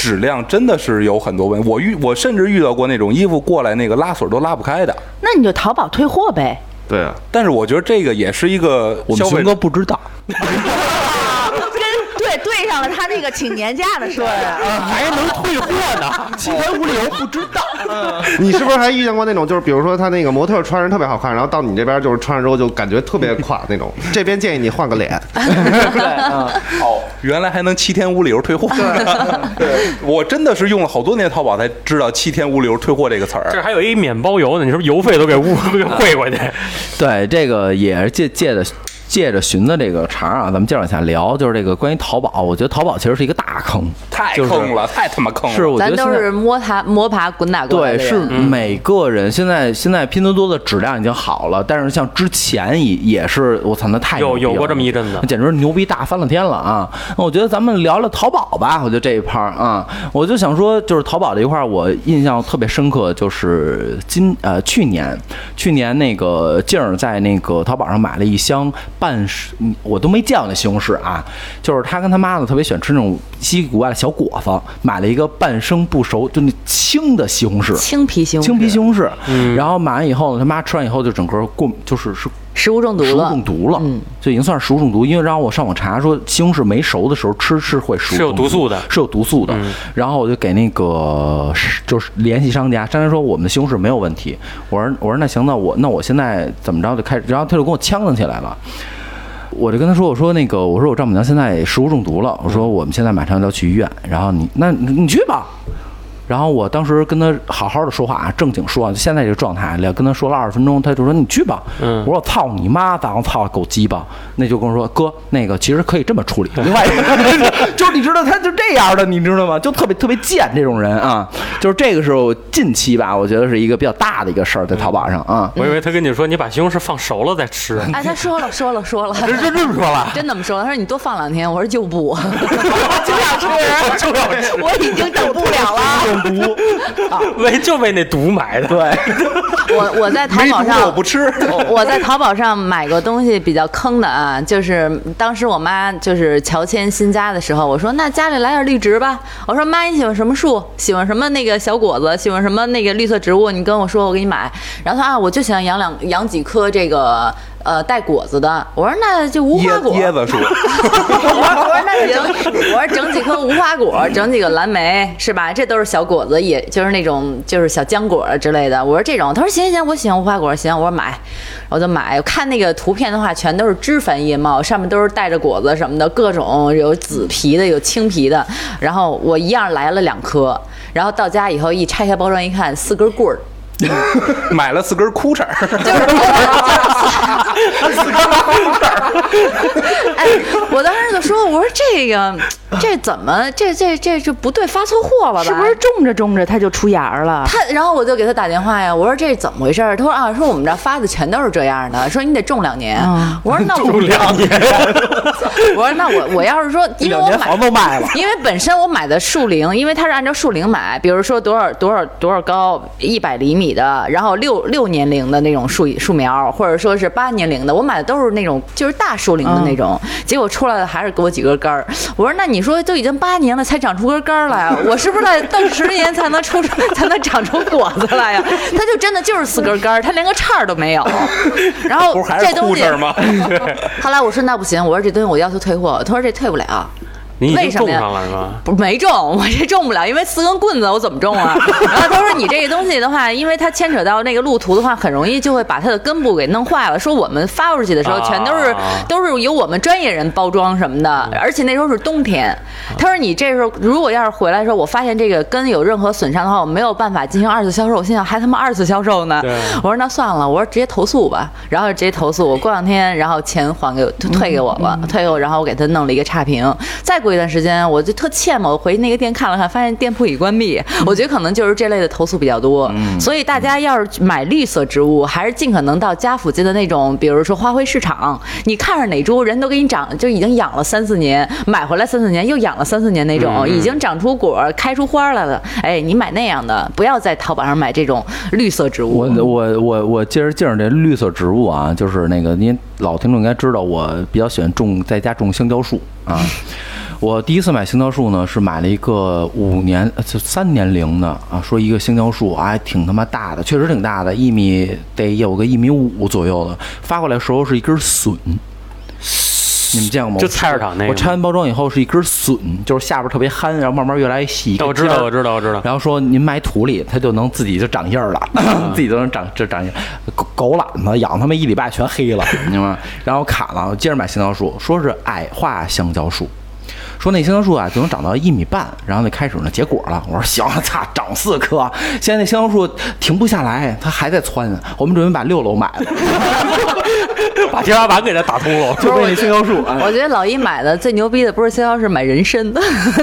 质量真的是有很多问题，我遇我甚至遇到过那种衣服过来那个拉锁都拉不开的，
那你就淘宝退货呗。
对啊，
但是我觉得这个也是一个
我们
消
熊
费
哥不知道，
跟啊对对上了他那个请年假的事儿，
还能退货呢，七天无理由不知道，
你是不是还遇见过那种，就是比如说他那个模特穿着特别好看，然后到你这边就是穿上之后就感觉特别垮那 种？这边建议你换个脸，
哦，原来还能七天无理由退货，对，我真的是用了好多年淘宝才知道七天无理由退货这个词
这
儿。
还有一免包邮呢，你是不是邮费都给误 给汇过去？
对，这个也是借借的。借着寻的这个茬儿啊，咱们接着往下聊，就是这个关于淘宝，我觉得淘宝其实是一个大坑，
太
就是
坑了，太他妈坑了！
是我觉
哦咱
得
都
现在
是摸爬摸爬滚打过
对，
来的
是
人。
每个人现在现在拼多多的质量已经好了，但是像之前也也是，我操，那太牛
有
逼
有过
了
这么一阵子
那简直是牛逼大翻了天了啊！那我觉得咱们聊聊淘宝吧，我觉得这一趴儿啊，我就想说，就是淘宝这一块，儿，我印象特别深刻，就是今呃去年去年那个静儿在那个淘宝上买了一箱半熟，嗯我都没见过那西红柿啊，就是他跟他妈呢特别喜欢吃那种稀奇古怪的小果子，买了一个半生不熟，就那青的西红柿，
青皮西红柿，
青皮西红柿，然后买完以后呢，他妈吃完以后就整个过就是是
食物中毒
食物
了，
中毒了
嗯，
就已经算是食物中毒。因为然后我上网查说，西红柿没熟的时候吃是会食物
是有
中毒
毒素的嗯
是有毒素的。然后我就给那个就是联系商家，商家说我们的西红柿没有问题。我说我说那行，那我那我现在怎么着就开始，然后他就跟我呛呛起来了。我就跟他说：“我说那个，我说我丈母娘现在食物中毒了。我说我们现在马上就要去医院，然后你那你你去吧。”然后我当时跟他好好的说话啊，正经说啊，就现在这个状态，聊跟他说了二十分钟，他就说你去吧。
嗯
我说我操你妈，咱们操狗鸡巴，那就跟我说哥，那个其实可以这么处理。另外 一个就是你知道他就这样的，你知道吗？就特别特别贱这种人 啊，就是这个时候近期吧，我觉得是一个比较大的一个事儿在淘宝上啊。
我以为他跟你说你把西红柿放熟了再吃，
哎，他说了说了说了，
这这这么说了。
真那么说，他说你多放两天，我说就 不，我就想吃， 我已经等不了了。
为就为那毒买的，
对，
我我在淘
没
宝
毒
上
我不吃。
我我在淘宝上买过东西比较坑的啊，就是当时我妈就是乔迁新家的时候，我说那家里来点绿植吧，我说妈你喜欢什么树，喜欢什么那个小果子，喜欢什么那个绿色植物，你跟我说我给你买。然后她啊我就想养两养几棵这个呃带果子的，我说那就无花
椰
果。
椰子树，
我说那整，我说整几颗无花果，整几个蓝莓，是吧？这都是小果子，也就是那种就是小浆果之类的。我说这种，他说行行行，我喜欢无花果，行，我说买，我就买。我看那个图片的话，全都是枝繁叶茂，上面都是带着果子什么的，各种有紫皮的，有青皮的。然后我一样来了两颗，然后到家以后一拆开包装一看，四根棍儿。
买了四根裤衩儿，
就是，哎，我当时就说，我说这个这怎么这这这这不对，发错货了吧？
是不是？种着种着他就出芽儿了？
他，然后我就给他打电话呀，我说这怎么回事儿？他说啊，说我们这儿发的全都是这样的，说你得种两年。
嗯
我说那我
重量 你
我说那我我要是说，因为
两
我
年
买
房都卖了。
因为本身我买的树龄，因为它是按照树龄买，比如说多少多少多少高，一百厘米的，然后六六年龄的那种树树苗，或者说是八
嗯
年龄的，我买的都是那种就是大树龄的那种。结果出来的还是给我几根杆儿。我说那你你说都已经八年了才长出根杆儿来啊，我是不是得等十年才能出 才能长出果子来呀、他就真的就是四根杆儿，他连个杈儿都没有。 然后
不是还
这
是
东
裤
西
这，儿吗？
后来我说那不行，我说这东西我要求退货，他说这退不了。
你已
为
经
什
种
么呀
上了是吧？
不是没中，我这中不了，因为四根棍子我怎么中啊？ 然后他说你这个东西的话，因为它牵扯到那个路途的话，很容易就会把它的根部给弄坏了。说我们发过去的时候，
啊
全都是、都是由我们专业人包装什么的，而且那时候是冬天。他说你这时候如果要是回来的时候，我发现这个根有任何损伤的话，我没有办法进行二次销售。我心想还他妈二次销售呢
对，
我说那算了，我说直接投诉吧，然后直接投诉。我过两天，然后钱还给我，退退给我了，退给我，然后我给他弄了一个差评。再过一段时间，我就特欠嘛，我回那个店看了看，发现店铺已关闭。我觉得可能就是这类的投诉比较多，所以大家要是买绿色植物，还是尽可能到家附近的那种，比如说花卉市场，你看上哪株人都给你长，就已经养了三四年，买回来三四年又养了三四年那种，已经长出果儿、开出花来了。哎，你买那样的，不要在淘宝上买这种绿色植
啊
物。
我我我我接着介绍这绿色植物啊，就是那个您老听众应该知道，我比较喜欢种在家种香蕉树 啊。我第一次买香蕉树呢，是买了一个五年呃就三年龄的啊，说一个香蕉树啊，还挺他妈大的，确实挺大的，一米得有个一米五左右的。发过来的时候是一根笋，你们见过吗？
就菜市场那个
我拆完包装以后是一根笋，就是下边特别憨，然后慢慢越来越细。一个
哦我知
尖
道，
儿
我知道，我知道。
然后说您埋土里，它就能自己就长叶儿 了，自己就能长这长叶。狗狗懒子养他们一礼拜全黑 了，你知道吗？然后砍了，接着买香蕉树，说是矮化香蕉树。说那香蕉树啊，就能长到一米半，然后就开始呢结果了。我说行，操，长四棵。现在那香蕉树停不下来，它还在窜。我们准备把六楼买了，
把天花板给它打通了。
就为那香蕉树。哎
我觉得老一买的最牛逼的不是香蕉，是买人参。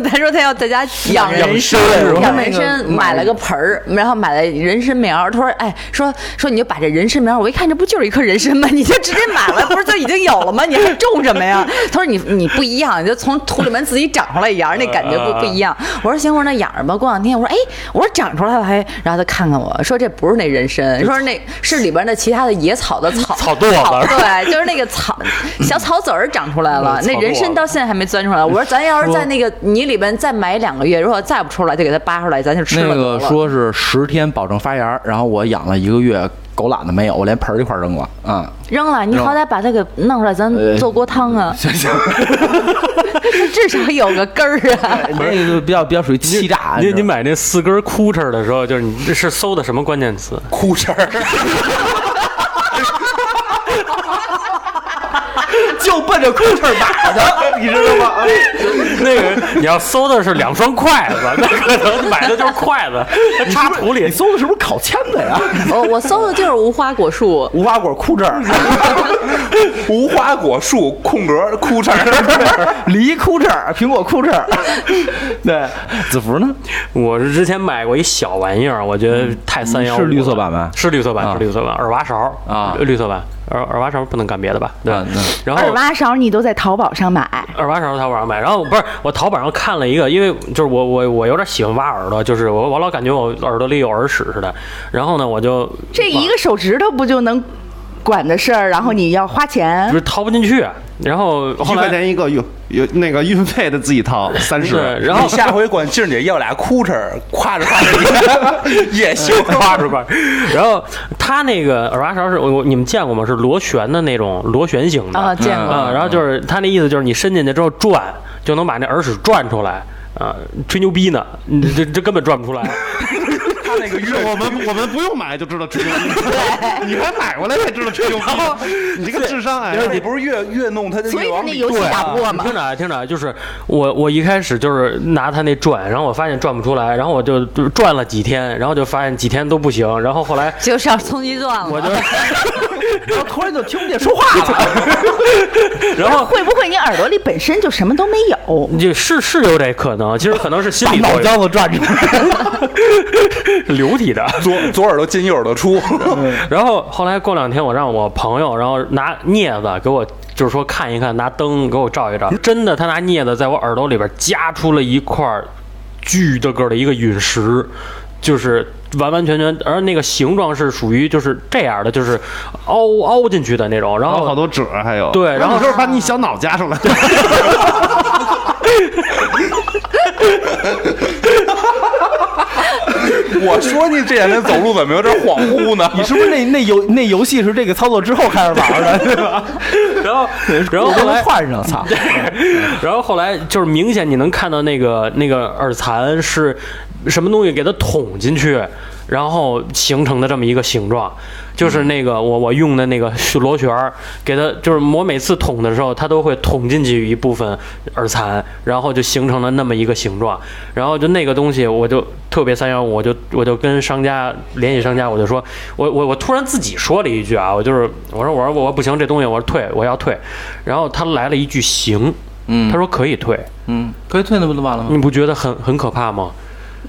他说他要在家养人参
养人参是，吧
养人参买了个盆儿，然后买了人参苗儿。他说：“哎，说说你就把这人参苗儿，我一看这不就是一棵人参吗？你就直接买了，不是就已经有了吗？你还种什么呀？”他说你：“你不一样，你就从土里面自己长出来一样，那感觉不不一样。”我说：“行，我说那养着吧。”过两天我说：“哎，我说长出来了还。”然后他看看我说：“这不是那人参，说那是里边的其他的野草的草
草垛子
对，就是那个草小草籽儿长出来了，
嗯
那人参到现在还没钻出来。我说咱要是在那个泥里边再埋两个月，如果再不出来，就给它扒出来，咱就吃了
那
得
个
了。
说是十天保证发芽儿，然后我养了一个月，狗懒得没有，我连盆儿一块儿扔了啊。
扔了，你好歹把它给弄出来，咱
呃
做锅汤啊，
行行。
它 至少有个根儿啊。
那哎个比较比较属于欺诈。
你
知
你
道吗
买那四根枯枝的时候，就是你这是搜的什么关键词？
哭声儿，
就奔着裤衩买的，你知道吗？
那个你要搜的是两双筷子，那可能买的就是筷子，它插土里
你。搜的是不是烤签子呀？
我我搜的就是无花果树，
无花果裤 衩
无花果树空格哭声 儿，
儿，梨裤衩儿，苹果裤衩 儿。对，子服呢？
我是之前买过一小玩意儿，我觉得太三幺五
是
了。
绿色版吗
是绿色版，
啊
是绿色版，耳挖勺
啊
绿色版，耳耳挖勺不能干别的吧？对吧
啊那？
然后
耳挖勺你都在淘宝上买，
耳挖勺是淘宝上买，然后不是我淘宝上看了一个，因为就是我我我有点喜欢挖耳朵，就是我我老感觉我耳朵里有耳屎似的，然后呢我就
这一个手指头不就能管的事儿，然后你要花钱
不。是掏不进去，然后
一
后
块
来。
钱一个运运那个运费的自己掏三十，
对，然后
你下回管静姐要俩哭声儿，夸着夸着你也 行。
夸着吧。然后它那个耳挖勺是我我你们见过吗？是螺旋的那种螺旋形的
啊见过
啊然后就是它那意思就是你伸进去之后转，就能把那耳屎转出来。啊，吹牛逼呢！你这这根本转不出来。
他那个月我们我们不用买就知道吹牛逼，你还买过来才知道吹牛逼，你这个智商哎
然后你不是越越弄他就
所以
越
他
往
那
里
游戏
对
打不过
你
嘛。
听着啊，听着啊，就是我我一开始就是拿它那转，然后我发现转不出来，然后我就就转了几天，然后就发现几天都不行，然后后来
就上葱鸡钻
我就
了。，
然后突然就听不见 说话了。
然后
会不会你耳朵里本身就什么都没有？
就是是有这可能，其实可能是心理作用，
子转着，
流体的。
左左耳朵进右耳朵 出，
然后后来过两天，我让我朋友，然后拿镊子给我，就是说看一看，拿灯给我照一照。真的，他拿镊子在我耳朵里边夹出了一块巨大个儿的一个陨石，就是完完全全，而那个形状是属于就是这样的，就是凹凹进
哦
去的那种。然
然后
后
好多褶儿还有，
对然后
你说把你小脑夹出来，
我说你这两天走路怎么有点恍惚 呢？
你是不是那那游那游戏是这个操作之后开始玩的，对 吧？
然后，然后
我
后
都
来
能换上，操！
然后后来就是明显你能看到那个那个耳残是什么东西给它捅进去，然后形成的这么一个形状，就是那个我我用的那个螺旋儿给它，就是我每次捅的时候，它都会捅进去一部分耳残，然后就形成了那么一个形状，然后就那个东西我就特别三幺五，我就我就跟商家联系商家，我就说我我我突然自己说了一句啊，我就是我说我说我不行，这东西我说退我要退，然后他来了一句行。
嗯
他说可以退，
嗯，可以退那不就完了吗？
你不觉得很很可怕吗？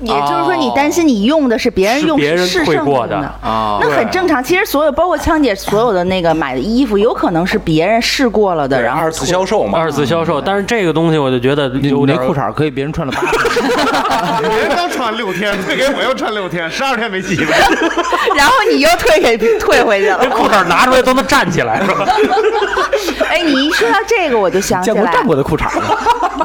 也就是说，你担心你用的是别人
哦是
用
别人
是
退
剩
过的哦
的。
啊
那很正常，其实所有包括枪姐所有的那个买的衣服，有可能是别人试过了的，然后
二次销售嘛，
二次销售，但是这个东西我就觉得
你
有
那
点
裤衩可以别人穿了八次，
别人刚穿六天，退给我又穿六天，十二天没洗 吧？
然后你又退给退回 去
这
了。
裤衩拿出来都能站起来，是吧？
哎，你一说到这个，我就想 起
见过
来，
站过的裤衩吗？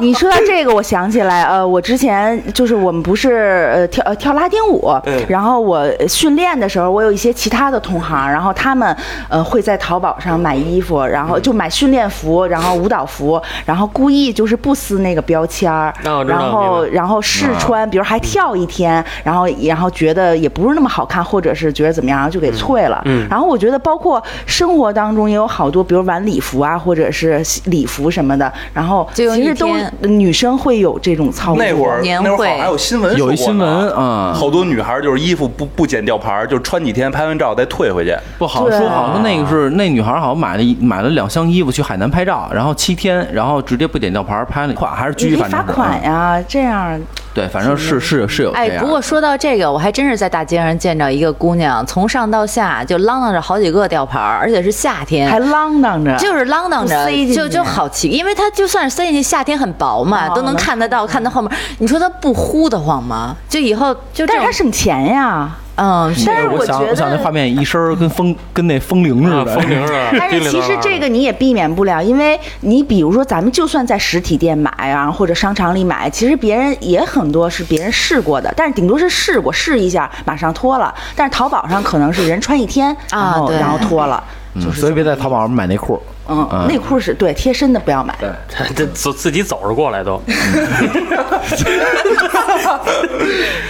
你说到这个，我想起来，呃，我之前就是我们不是呃跳呃跳拉丁舞，
嗯
然后我训练的时候，我有一些其他的同行，然后他们呃会在淘宝上买衣服，然
嗯
后就买训练服，然后舞蹈服，然后故意就是不撕那个标签儿，
那我知道
然后
明白
然后试
啊
穿，比如还跳一天，然后然后觉得也不是那么好看，或者是觉得怎么样，然后就给退了。
嗯
然后我觉得包括生活当中也有好多，比如晚礼服啊，或者是礼服什么的，然后
就用
其实
一
都
天
女生会有这种操 作。
那会儿
年
那会
会
儿好像还有新闻嗯说过
有
呢，
一新闻啊，
好多女孩就是衣服不不剪吊牌儿，就穿几天拍完照再退回去。
不好说，好像那个是那女孩好像买了一买了两箱衣服去海南拍照，然后七天，然后直接不点吊牌拍了款还是
你可
拘，
以
反正
罚
是
款
嗯
呀、这样
对，反正是是是有这
哎，
样。
不过说到这个，我还真是在大街上见着一个姑娘，从上到下就啷啷着好几个吊牌儿，而且是夏天，
还啷当着，
就是啷当着
塞进，去
就就好奇，因为它就算是塞进去，夏天很薄嘛，
哦
都能看得到，看到后面。你说它不呼得慌吗？就以后就这
但
种
是他省钱呀。
嗯，是
但是
我
觉
想
得，
我想那画面一身儿跟风跟那啊风铃 似的，
风铃似的。
但是其实这个你也避免不了，因为你比如说咱们就算在实体店买啊，或者商场里买，其实别人也很多是别人试过的，但是顶多是试过试一下，马上脱了。但是淘宝上可能是人穿一天，然后
对
然后脱了，
嗯所以别在淘宝上买内裤。
嗯，内裤是对贴身的不要买。
这自自己走着过来都，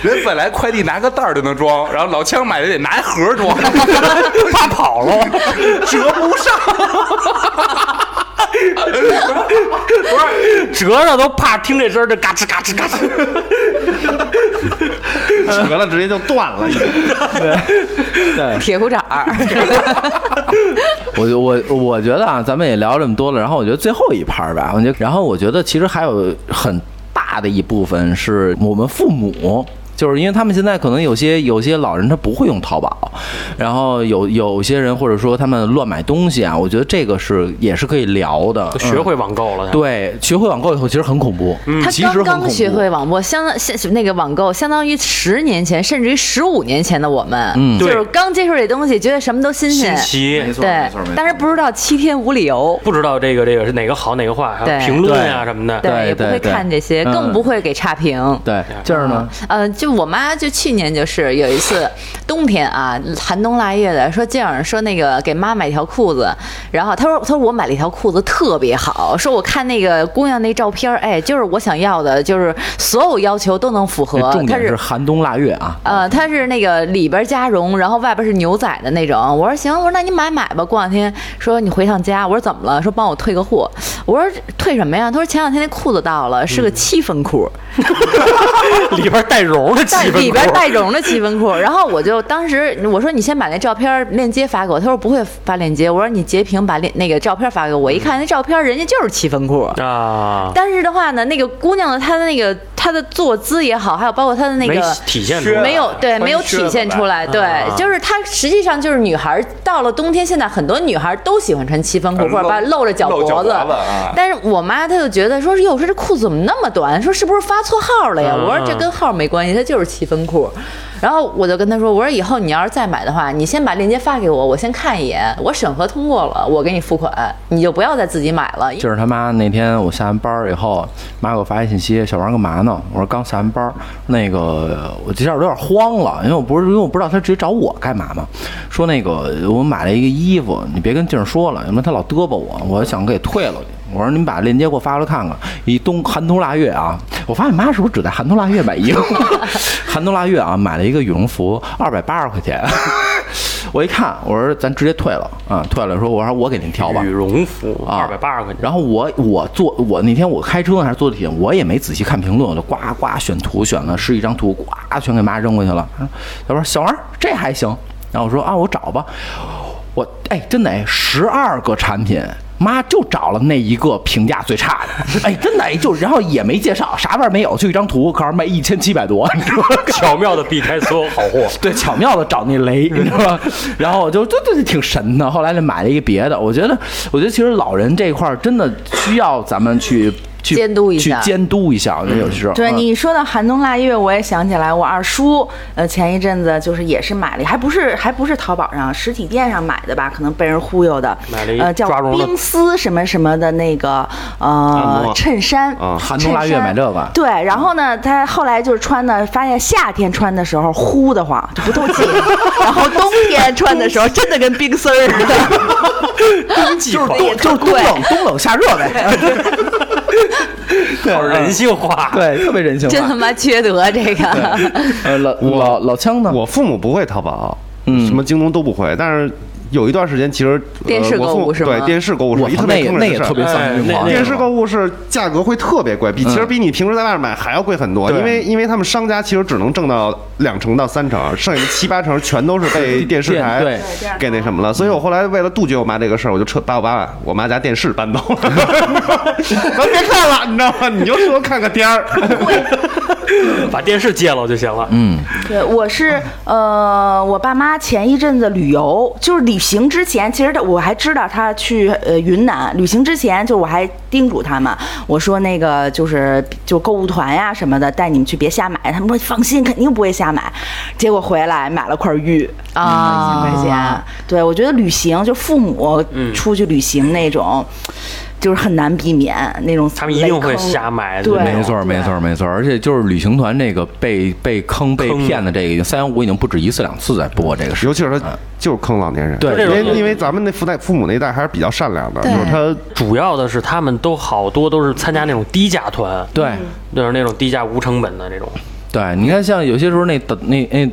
人本来快递拿个袋儿就能装，然后老枪买的得拿一盒儿装， 怕跑了，折不上。
折着都怕听这声儿，这嘎吱嘎吱嘎吱。
折了直接就断了，已经。
铁裤衩儿，
我就我我觉得啊，咱们也聊这么多了，然后我觉得最后一盘儿吧，我觉得，然后我觉得其实还有很大的一部分是我们父母。就是因为他们现在可能有些有些老人他不会用淘宝，然后有有些人或者说他们乱买东西啊，我觉得这个是也是可以聊的。
都学
嗯
会网购了，
对学会网购以后其实很恐怖，
嗯
嗯
他
其实很
刚
恐怖
刚学会网购，相当相那个网购，相当于十年前甚至于十五年前的我们，
嗯
就是
对
刚接触这东西，觉得什么都新
新
鲜，
奇，
对，但是不知道七天无理由，
不知道这个这个是哪个好哪个坏，还有
对
评论啊什么的。
对
也不
对
会
对
看这些，
嗯
更不会给差评。
对，就是呢，
呃，就我妈就去年就是有一次冬天啊，寒冬腊月的，说静儿说那个给妈买一条裤子，然后她说她说我买了一条裤子特别好，说我看那个姑娘那照片儿，哎，就是我想要的，就是所有要求都能符合。
重
她
点是寒冬腊月啊，
呃，它是那个里边加绒，然后外边是牛仔的那种。我说行，我说那你买买吧。过两天说你回趟家，我说怎么了？说帮我退个货。我说退什么呀？他说前两天那裤子到了，是个
嗯
七分裤，
里边带绒的气
带
氛，
里边带绒的七分裤。然后我就当时我说你先把那照片链接发给我，他说不会发链接。我说你截屏把链那个照片发给我，我一
嗯
看那照片人家就是七分裤。
啊，
但是的话呢，那个姑娘的她的那个她的坐姿也好，还有包括她的那
没
个
体现出
缺
来。
没有对，
穿
没有
靴
体
子
现
呗
出来。对，
啊
就是它实际上就是女孩儿到了冬天，现在很多女孩儿都喜欢穿七分裤，
呃
或者
露
把露着脚
露脚
脖子。
脖子啊
但是我妈她就觉得说是哟，说这裤子怎么那么短？说是不是发错号了呀？
嗯
我说这跟号没关系，它就是七分裤。然后我就跟他说，我说以后你要是再买的话，你先把链接发给我，我先看一眼，我审核通过了，我给你付款，你就不要再自己买了。
就是他妈那天我下完班儿以后，妈给我发一信息，小王干嘛呢？我说刚下完班儿，那个我这下有点慌了，因为我不是因为我不知道他直接找我干嘛嘛，说那个我买了一个衣服，你别跟静儿说了，要不然他老嘚啵我，我想给退了。我说您把链接给我发过来看看，一冬寒冬腊月啊，我发现妈是不是只在寒冬腊月买衣服？ 寒冬腊月啊，买了一个羽绒服，二百八十块钱。 我一看，我说咱直接退了啊、退了。说我说我给您挑吧，
羽绒服
啊
二百八十块钱，
然后我我坐我那天我开车还是坐地铁，我也没仔细看评论，我就呱呱选图，选了十几张图，呱全给妈扔过去了。他说小王这还行，然后我说啊我找吧，我哎真的哎十二个产品。妈就找了那一个评价最差的，哎，真的，哎就然后也没介绍，啥玩意儿没有，就一张图，可是卖一千七百多，你知道吗？
巧妙的避开所有好货。
对，巧妙的找那雷，你知道吧？然后我就对对对，挺神的。后来就买了一个别的，我觉得，我觉得其实老人这一块儿真的需要咱们去去
监督一下
去监督一下。我觉得有时候，
对
嗯
你说到寒冬腊月，我也想起来，我二叔，呃，前一阵子就是也是买了，还不是还不是淘宝上实体店上买的吧，可能被人忽悠的，
买了一
呃叫
抓绒的
冰丝什么什么的那个
按
呃
摩
衬衫，
嗯
啊
寒冬腊月
衬衫
买这个
对，然后呢，他后来就是穿的，发现夏天穿的时候呼的慌，就不透气，然后冬天穿的时候真的跟冰丝儿似的，冬季
就是冬就是冬冷冬冷夏热呗， 对
好人性化，
对，特别人性
真
化
他。妈缺德，这个
呃，老老老枪呢？
我父母不会淘宝，什么京东都不会，但是有一段时间其实呃
电视
我
购
父母
物是吗
对电视购物是
我
一特
操
别
那
坑
个
人
那
的
也
事儿
特别丧心病
哎
狂。
那
电视购物是价格会特别贵，比其实比你平时在外面买还要贵很多，
对
因为因为他们商家其实只能挣到两成到三成，剩下的七八成全都是被电嗯视台
对
给那什么了。所以我后来为了杜绝我妈这个事儿，我就撤把我爸我妈家电视搬走了，咱 别看了，你知道吗？你就说看个颠儿，
把电视戒了就行了。
对，我是呃，我爸妈前一阵子旅游，就是旅行之前，其实他我还知道他去呃云南旅行之前，就我还叮嘱他们，我说那个就是就购物团呀、什么的，带你们去别瞎买。他们说放心，肯定不会瞎买。结果回来买了块玉，
啊，
一千块钱。对，我觉得旅行就父母
嗯
出去旅行那种，就是很难避免那种
他们一定会
雷坑
瞎买的
对，
那
没错，
对
没错，没错。而且就是旅行团这个被被坑、被
坑
骗的这个，三幺五已经不止一次两次在播这个事。
尤其是他就是坑老年人，
对
因为因为咱们那父代父母那一代还是比较善良的，就是他
主要的是他们都好多都是参加那种低价团，
对，
就是那种低价无成本的那种。
对，你看，像有些时候那导那那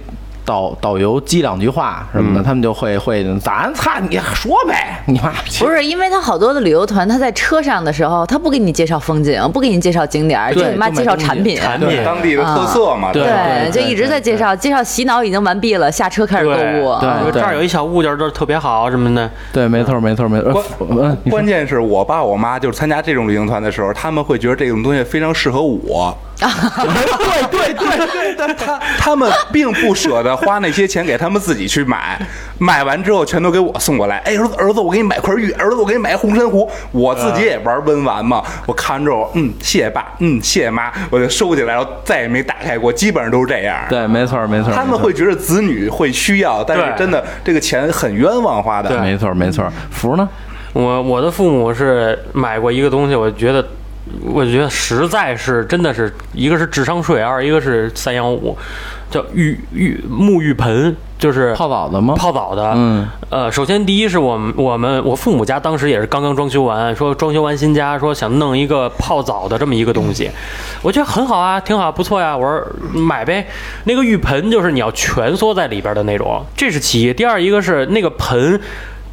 导导游激两句话什
嗯
么的，他们就会会，咱操你说呗，你妈
不是，因为他好多的旅游团，他在车上的时候，他不给你介绍风景，不给你介绍景点儿，
对
就你妈
就卖
介绍
东西
产 品。
产品
当地的特色嘛，
对
对，就一直在介绍，介绍洗脑已经完毕了，下车开始购物。啊
对
说这儿有一小物件儿，这儿特别好什么的。
对，没错，没错，没错。呃
关关键是我爸我妈就是参加这种旅行团的时候，他们会觉得这种东西非常适合我。对对对对，但他他们并不舍得花那些钱给他们自己去买，买完之后全都给我送过来。哎，儿子儿子，我给你买块玉，儿子我给你买红珊瑚。我自己也玩文玩嘛，我看完之后，嗯，谢谢爸，嗯，谢谢妈，我就收起来，然后再也没打开过，基本上都是这样。
对，没错，没错。
他们会觉得子女会需要，但是
对
真的这个钱很冤枉花的。
没错，没错。福呢？
我我的父母是买过一个东西，我觉得。我觉得实在是，真的是一个是智商税，二一个是三幺五，叫浴浴沐浴盆，就是
泡澡的吗？
泡澡的，
嗯，
呃，首先第一是我们我们我父母家当时也是刚刚装修完，说装修完新家，说想弄一个泡澡的这么一个东
嗯
西，我觉得很好啊，挺好，不错呀、我说买呗。那个浴盆就是你要蜷缩在里边的那种，这是其一。第二一个是那个盆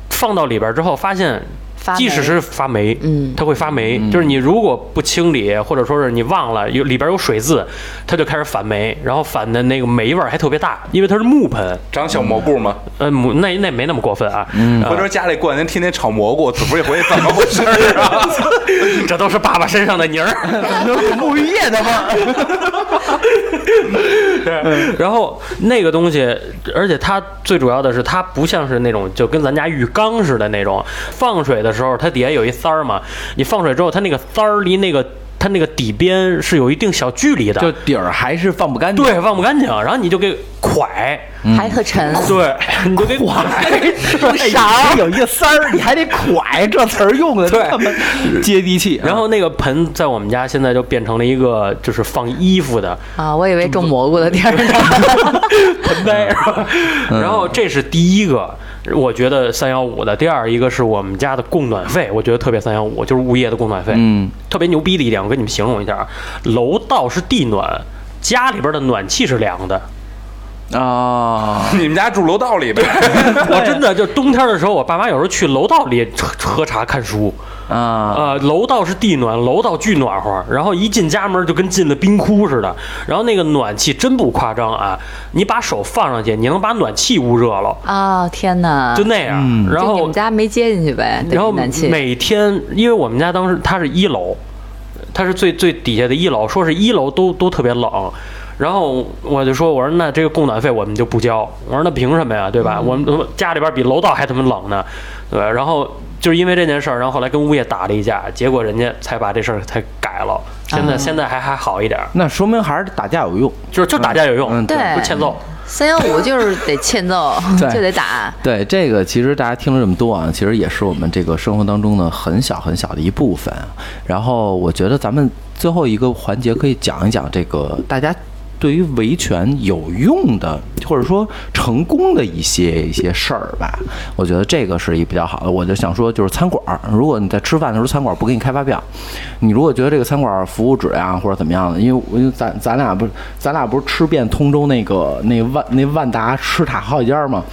放到里边之后，发现
发霉
即使是发霉，
嗯
它会发霉，就是你如果不清理，或者说是你忘了有里边有水渍，它就开始反霉，然后反的那个霉味儿还特别大，因为它是木盆，
长小蘑菇嘛，
呃，母那那没那么过分啊，
回头家里过两天天天炒蘑菇，煮不一回怎么回事儿啊？
这都是爸爸身上的泥儿。
沐浴液的味儿。
然后那个东西，而且它最主要的是，它不像是那种就跟咱家浴缸似的那种，放水的时候它底下有一塞儿嘛，你放水之后，它那个塞儿离那个。它它那个底边是有一定小距离的，
就底儿还是放不干净。
对，放不干净，然后你就给蒯，
还特沉。
对，你就给蒯，
勺有一个塞儿，哎你还得蒯，这词儿用的
对
这么接地气。
然后那个盆在我们家现在就变成了一个就是放衣服的
啊，我以为种蘑菇的地儿呢。
盆栽，是吧
嗯
然后这是第一个，我觉得三幺五的。第二一个是我们家的供暖费，我觉得特别三幺五，就是物业的供暖费，
嗯，
特别牛逼的一点，我跟你们形容一下啊，楼道是地暖，家里边的暖气是凉 的。
啊，
你们家住楼道里呗？
我真的就冬天的时候，我爸妈有时候去楼道里喝喝茶看书，
啊，
呃，楼道是地暖，楼道巨暖和，然后一进家门就跟进了冰窟似的。然后那个暖气真不夸张啊，你把手放上去，你能把暖气捂热了，
啊，天哪！
就那样。
嗯
然
就你
后
们家没接进去呗？对
然后
暖气
每天，因为我们家当时它是一楼，它是最最底下的一楼，说是一楼都都特别冷。然后我就说，我说那这个供暖费我们就不交，我说那凭什么呀，对吧？
嗯
我们家里边比楼道还他妈冷呢，对吧？然后就是因为这件事儿，然后后来跟物业打了一架，结果人家才把这事儿才改了。现在、
啊
现在还还好一点儿，
那说明还是打架有用。
就是就打架有用，
嗯
对
不欠揍。
三幺五就是得欠揍
对，
就得打。
对这个，其实大家听了这么多啊，其实也是我们这个生活当中的很小很小的一部分。啊然后我觉得咱们最后一个环节可以讲一讲这个大家对于维权有用的，或者说成功的一些一些事儿吧。我觉得这个是一比较好的。我就想说，就是餐馆儿，如果你在吃饭的时候餐馆儿不给你开发票，你如果觉得这个餐馆儿服务质量啊或者怎么样的，因为我因为咱咱俩不是咱俩不是吃遍通州那个那万那万达吃塔好几家吗？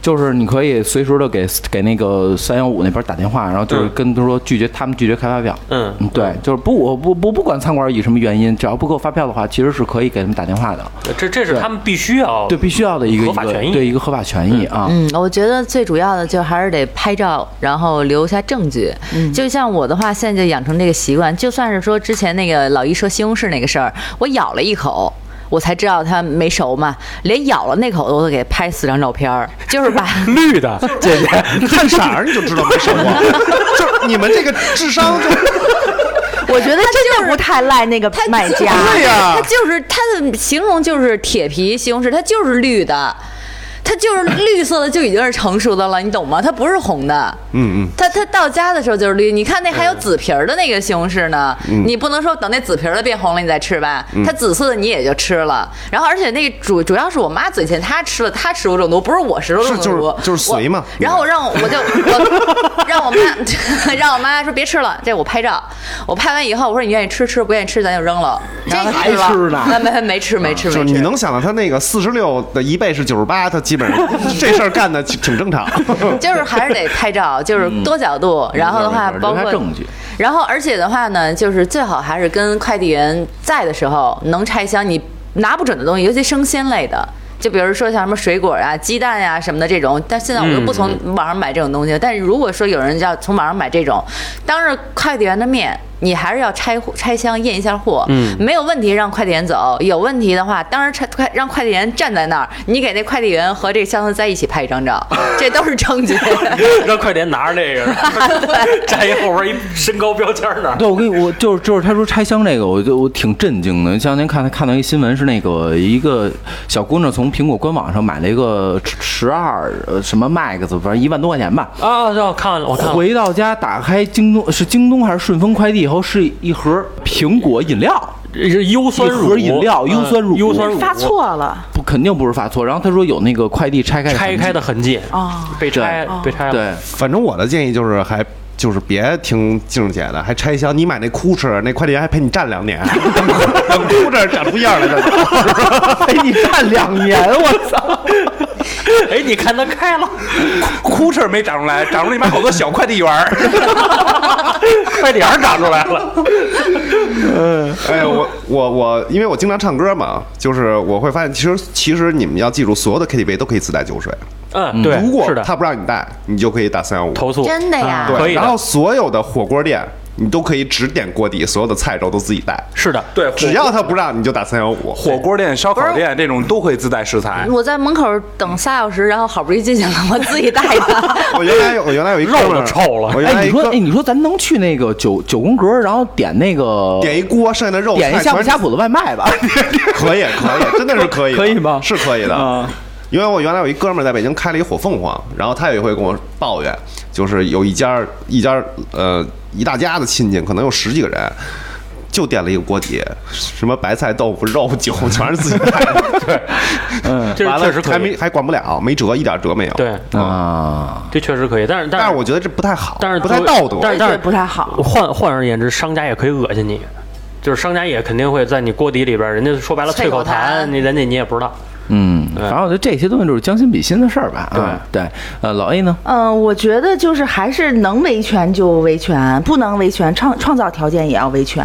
就是你可以随时的给给那个三幺五那边打电话，然后就是
嗯
跟他说拒绝，他们拒绝开发票。
嗯
对，就是不，我不不不管餐馆以什么原因，只要不给我发票的话，其实是可以给他们打电话的。
这这是
对
他们必须要
对，必须要的一个
哦合法
一个
权益
对一个合法权益啊。
嗯，我觉得最主要的就还是得拍照，然后留下证据。
嗯
就像我的话，现在就养成这个习惯，就算是说之前那个老一说西红柿那个事儿，我咬了一口。我才知道它没熟嘛，连咬了那口我都给拍四张照片儿，就是把
绿的，姐姐
看色儿你就知道没生活，就是你们这个智商就
我觉得真的不太赖那个
它
卖
就是
家。
对呀
它就是它的形容就是铁皮西红柿，它就是绿的，它就是绿色的就已经是成熟的了，你懂吗？它不是红的。
嗯嗯，
它它到家的时候就是绿，你看那还有紫皮儿的那个西红柿呢，
嗯
你不能说等那紫皮儿的变红了你再吃吧，它紫色的你也就吃了。然后而且那个主主要是我妈嘴欠，她吃了她食物中毒，不是我食物中毒，
是就是就是
我
随嘛
然后我哦让我我就我让我妈 让我妈说别吃了，这我拍照，我拍完以后我说你愿意吃吃，不愿意吃咱就扔了，这
然后还
你了
吃呢
没 没没吃没吃
就
没吃，
是你能想到他那个四十六的一倍是九十八，他基本上这事儿干的挺正常。
就是还是得拍照，就是多角度，然后的话
留下
包括
证据，
然后而且的话呢，就是最好还是跟快递员在的时候能拆箱，你拿不准的东西，尤其生鲜类的。就比如说像什么水果啊、鸡蛋呀、什么的这种，但现在我都不从网上买这种东西了。但是如果说有人要从网上买这种，当着快递员的面，你还是要拆货拆箱验一下货，嗯，没有问题让快递员走，有问题的话，当时拆快让快递员站在那儿，你给那快递员和这箱子在一起拍一张照，这都是证据。
让快点拿着那 个，站一后边一身高标签儿那儿。
对，我跟你，我就是就是他说拆箱这个，我就我挺震惊的。前两天看看到一新闻，是那个一个小姑娘从苹果官网上买了一个十二呃什么 Max，反正一万多块钱吧。
啊，让我看了，我看了。
回到家打开京东是京东还是顺丰快递以后，是一盒苹果饮料，
是优酸
一
乳
盒饮料
嗯
优酸乳
优酸乳
发错了，
不肯定不是发错。然后他说有那个快递拆开
拆开
的啊
的痕迹
哦，
被拆被
痕
拆
迹，
了。
对，
反正我的建议就是还。就是别听静姐的，还拆箱。你买那哭哧，那快递员还陪你站两年，等等哭哧长出样来了。
哎，你站两年，我操！
哎，你看它开了，
哭哧没长出来，长出了你妈好多小快递员儿。
快点儿长出来了。
哎，我我我，因为我经常唱歌嘛，就是我会发现，其实其实你们要记住，所有的 KTV 都可以自带酒水。
嗯，对，
如果
是的，
他不让你带，你就可以打三幺五
投诉
真的呀
嗯
对，
可以的。
然后所有的火锅店，你都可以只点锅底，所有的菜粥都自己带。
是的，
对，
只要他不让，你就打三幺五。
火锅店、烧
不
烤
是
店这种都会自带食材。
我在门口等仨小时，然后好不容易进去了，我自己带的。
我原来有我原来有一哥们
肉
儿
都臭了
我原
哎，
来
你
一
说，
哥
哎，你说咱能去那个九九宫格，然后点那个
点一锅，剩下的肉
点一
菜
呷哺
全是
呷哺的外卖吧？
可以，可以，真的是可以的，
可以吗
是可以的。
啊
因为我原来有一哥们儿在北京开了一火凤凰，然后他有一回跟我抱怨，就是有一家一家呃一大家子亲戚，可能有十几个人，就点了一个锅底，什么白菜、豆腐、肉、酒，全是自己带的。
这
完
是
了
确实可
还
以
没。还管不了，没辙，一点辙没有。
对，
啊，
这确实可以，但是
但
是
是我觉得这不太好，
但是
不太道德。
但是
我也觉
但
得
是
不太好。
换换而言之，商家也可以恶心你，就是商家也肯定会在你锅底里边儿，人家说白了
啐
啐
口
口
痰
痰，你人家你也不知道。
嗯，
对
反正我觉得这些东西就是将心比心的事儿吧。啊，对，呃，老 A 呢？
嗯，我觉得就是还是能维权就维权，不能维权创创造条件也要维权。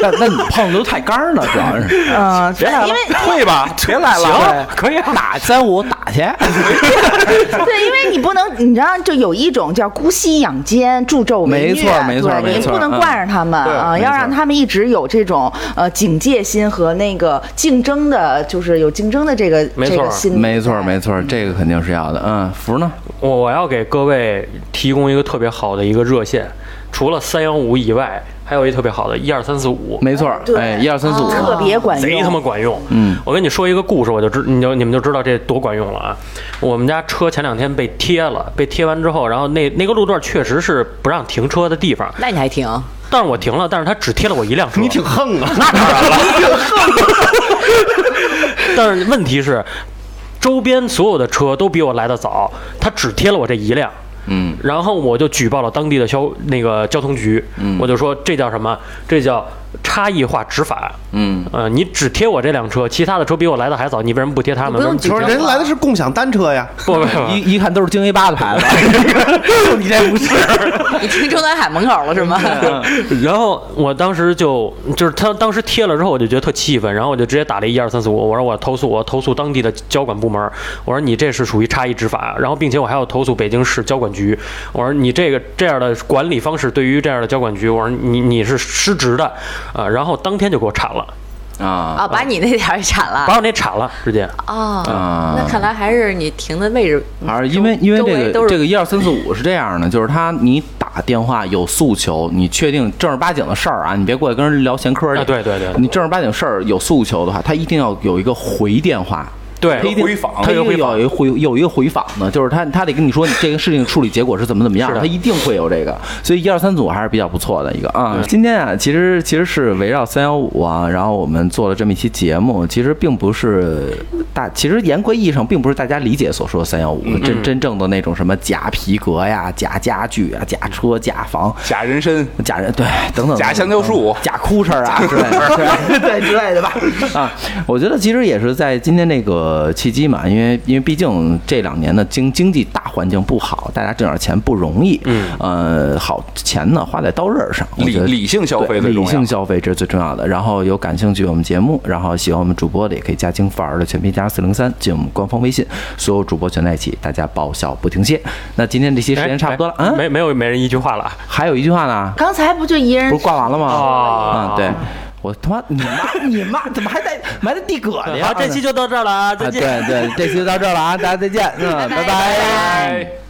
那那你碰的都太干儿了，主要 是
嗯，因为
退 吧，别来了。
行，可以啊，
打三五打 去。
对，因为你不能，你知道，就有一种叫姑息养奸，助纣为
没
虐，
错没错
对
没
你
错
不能
嗯
惯着他们
对
啊，
没
要
错
让他们一直有这种呃警戒心和那个呃竞争的，就是有竞争的这个
没
这
错
个心理在。
没错，没错，这个肯定是要的。嗯，福呢？
我我要给各位提供一个特别好的一个热线，除了三幺五以外，还有一特别好的一二三四五，
没错，
对啊
哎，一二三四五，
特别管用，
贼他妈管用。
嗯，
我跟你说一个故事，我就知你就你们就知道这多管用了啊！我们家车前两天被贴了，被贴完之后，然后那那个路段确实是不让停车的地方，
那你还挺
但是我停了，但是他只贴了我一辆车。
你挺横啊！
那当然了， 但是问题是，周边所有的车都比我来的早，他只贴了我这一辆。
嗯，
然后我就举报了当地的消那个交通局，嗯、我就说这叫什么？这叫差异化执法。
嗯，
呃，你只贴我这辆车，其他的车比我来的还早，你为什么不贴他们？
不用
为什
举
么
说人来的是共享单车呀，
不不不，
一一看都是京 A 八的 牌子，就你这不是。
你听中南海门口了是吗？
啊
然后我当时就就是他当时贴了之后，我就觉得特气愤，然后我就直接打了一二三四五，我说我投诉，我投诉当地的交管部门，我说你这是属于差异执法，然后并且我还要投诉北京市交管局，我说你这个这样的管理方式对于这样的交管局，我说你你是失职的啊、然后当天就给我铲了，
啊
啊，把你那点儿也铲了
把。我那铲了，直接
哦，
啊
那看来还是你停的位置，
还是因为因为
周围
这
都
个
是
这个一二三四五是这样的，就是他你打电话有诉求，你确定正儿八经的事儿啊，你别过来跟人聊闲嗑儿去。
啊对对对
你正儿八经事儿有诉求的话，他一定要有一个回电话。
对
他一定
回访
他一
有
定
回
要
访
有一个回有一个回访的，就是他他得跟你说你这个事情处理结果是怎么怎么样，
是的
他一定会有这个，所以一二三组还是比较不错的一个啊。今天啊，其实其实是围绕三幺五啊，然后我们做了这么一期节目，其实并不是大，其实严格意义上并不是大家理解所说的三幺五，
嗯
真真正的那种什么假皮革呀、假家具啊、假车、假房。
假人参，
假人对等等
假香蕉树
假裤衩啊之类的，对之类的吧。啊，我觉得其实也是在今天这个契机嘛，因为因为毕竟这两年的经经济大环境不好，大家挣点钱不容易。嗯，呃，好钱呢花在刀刃上，我
理
觉得
理性消费
对
最重
理性
要。
消费这是最重要的。然后有感兴趣我们节目，然后喜欢我们主播的也可以加京范儿的全拼加四零三进我们官方微信，所有主播全在一起，大家爆笑不停歇。那今天这期时间差不多了，
哎哎
嗯，
没没有每人一句话了啊
还有一句话呢，
刚才不就一人
不是挂完了吗？
啊
啊，对，我他妈你 妈你妈怎么还在埋在地疙瘩呀？
好，这期就到这儿了啊，再
啊，
见。
对对，这期就到这儿了啊，大家再见，嗯，拜拜
拜拜
拜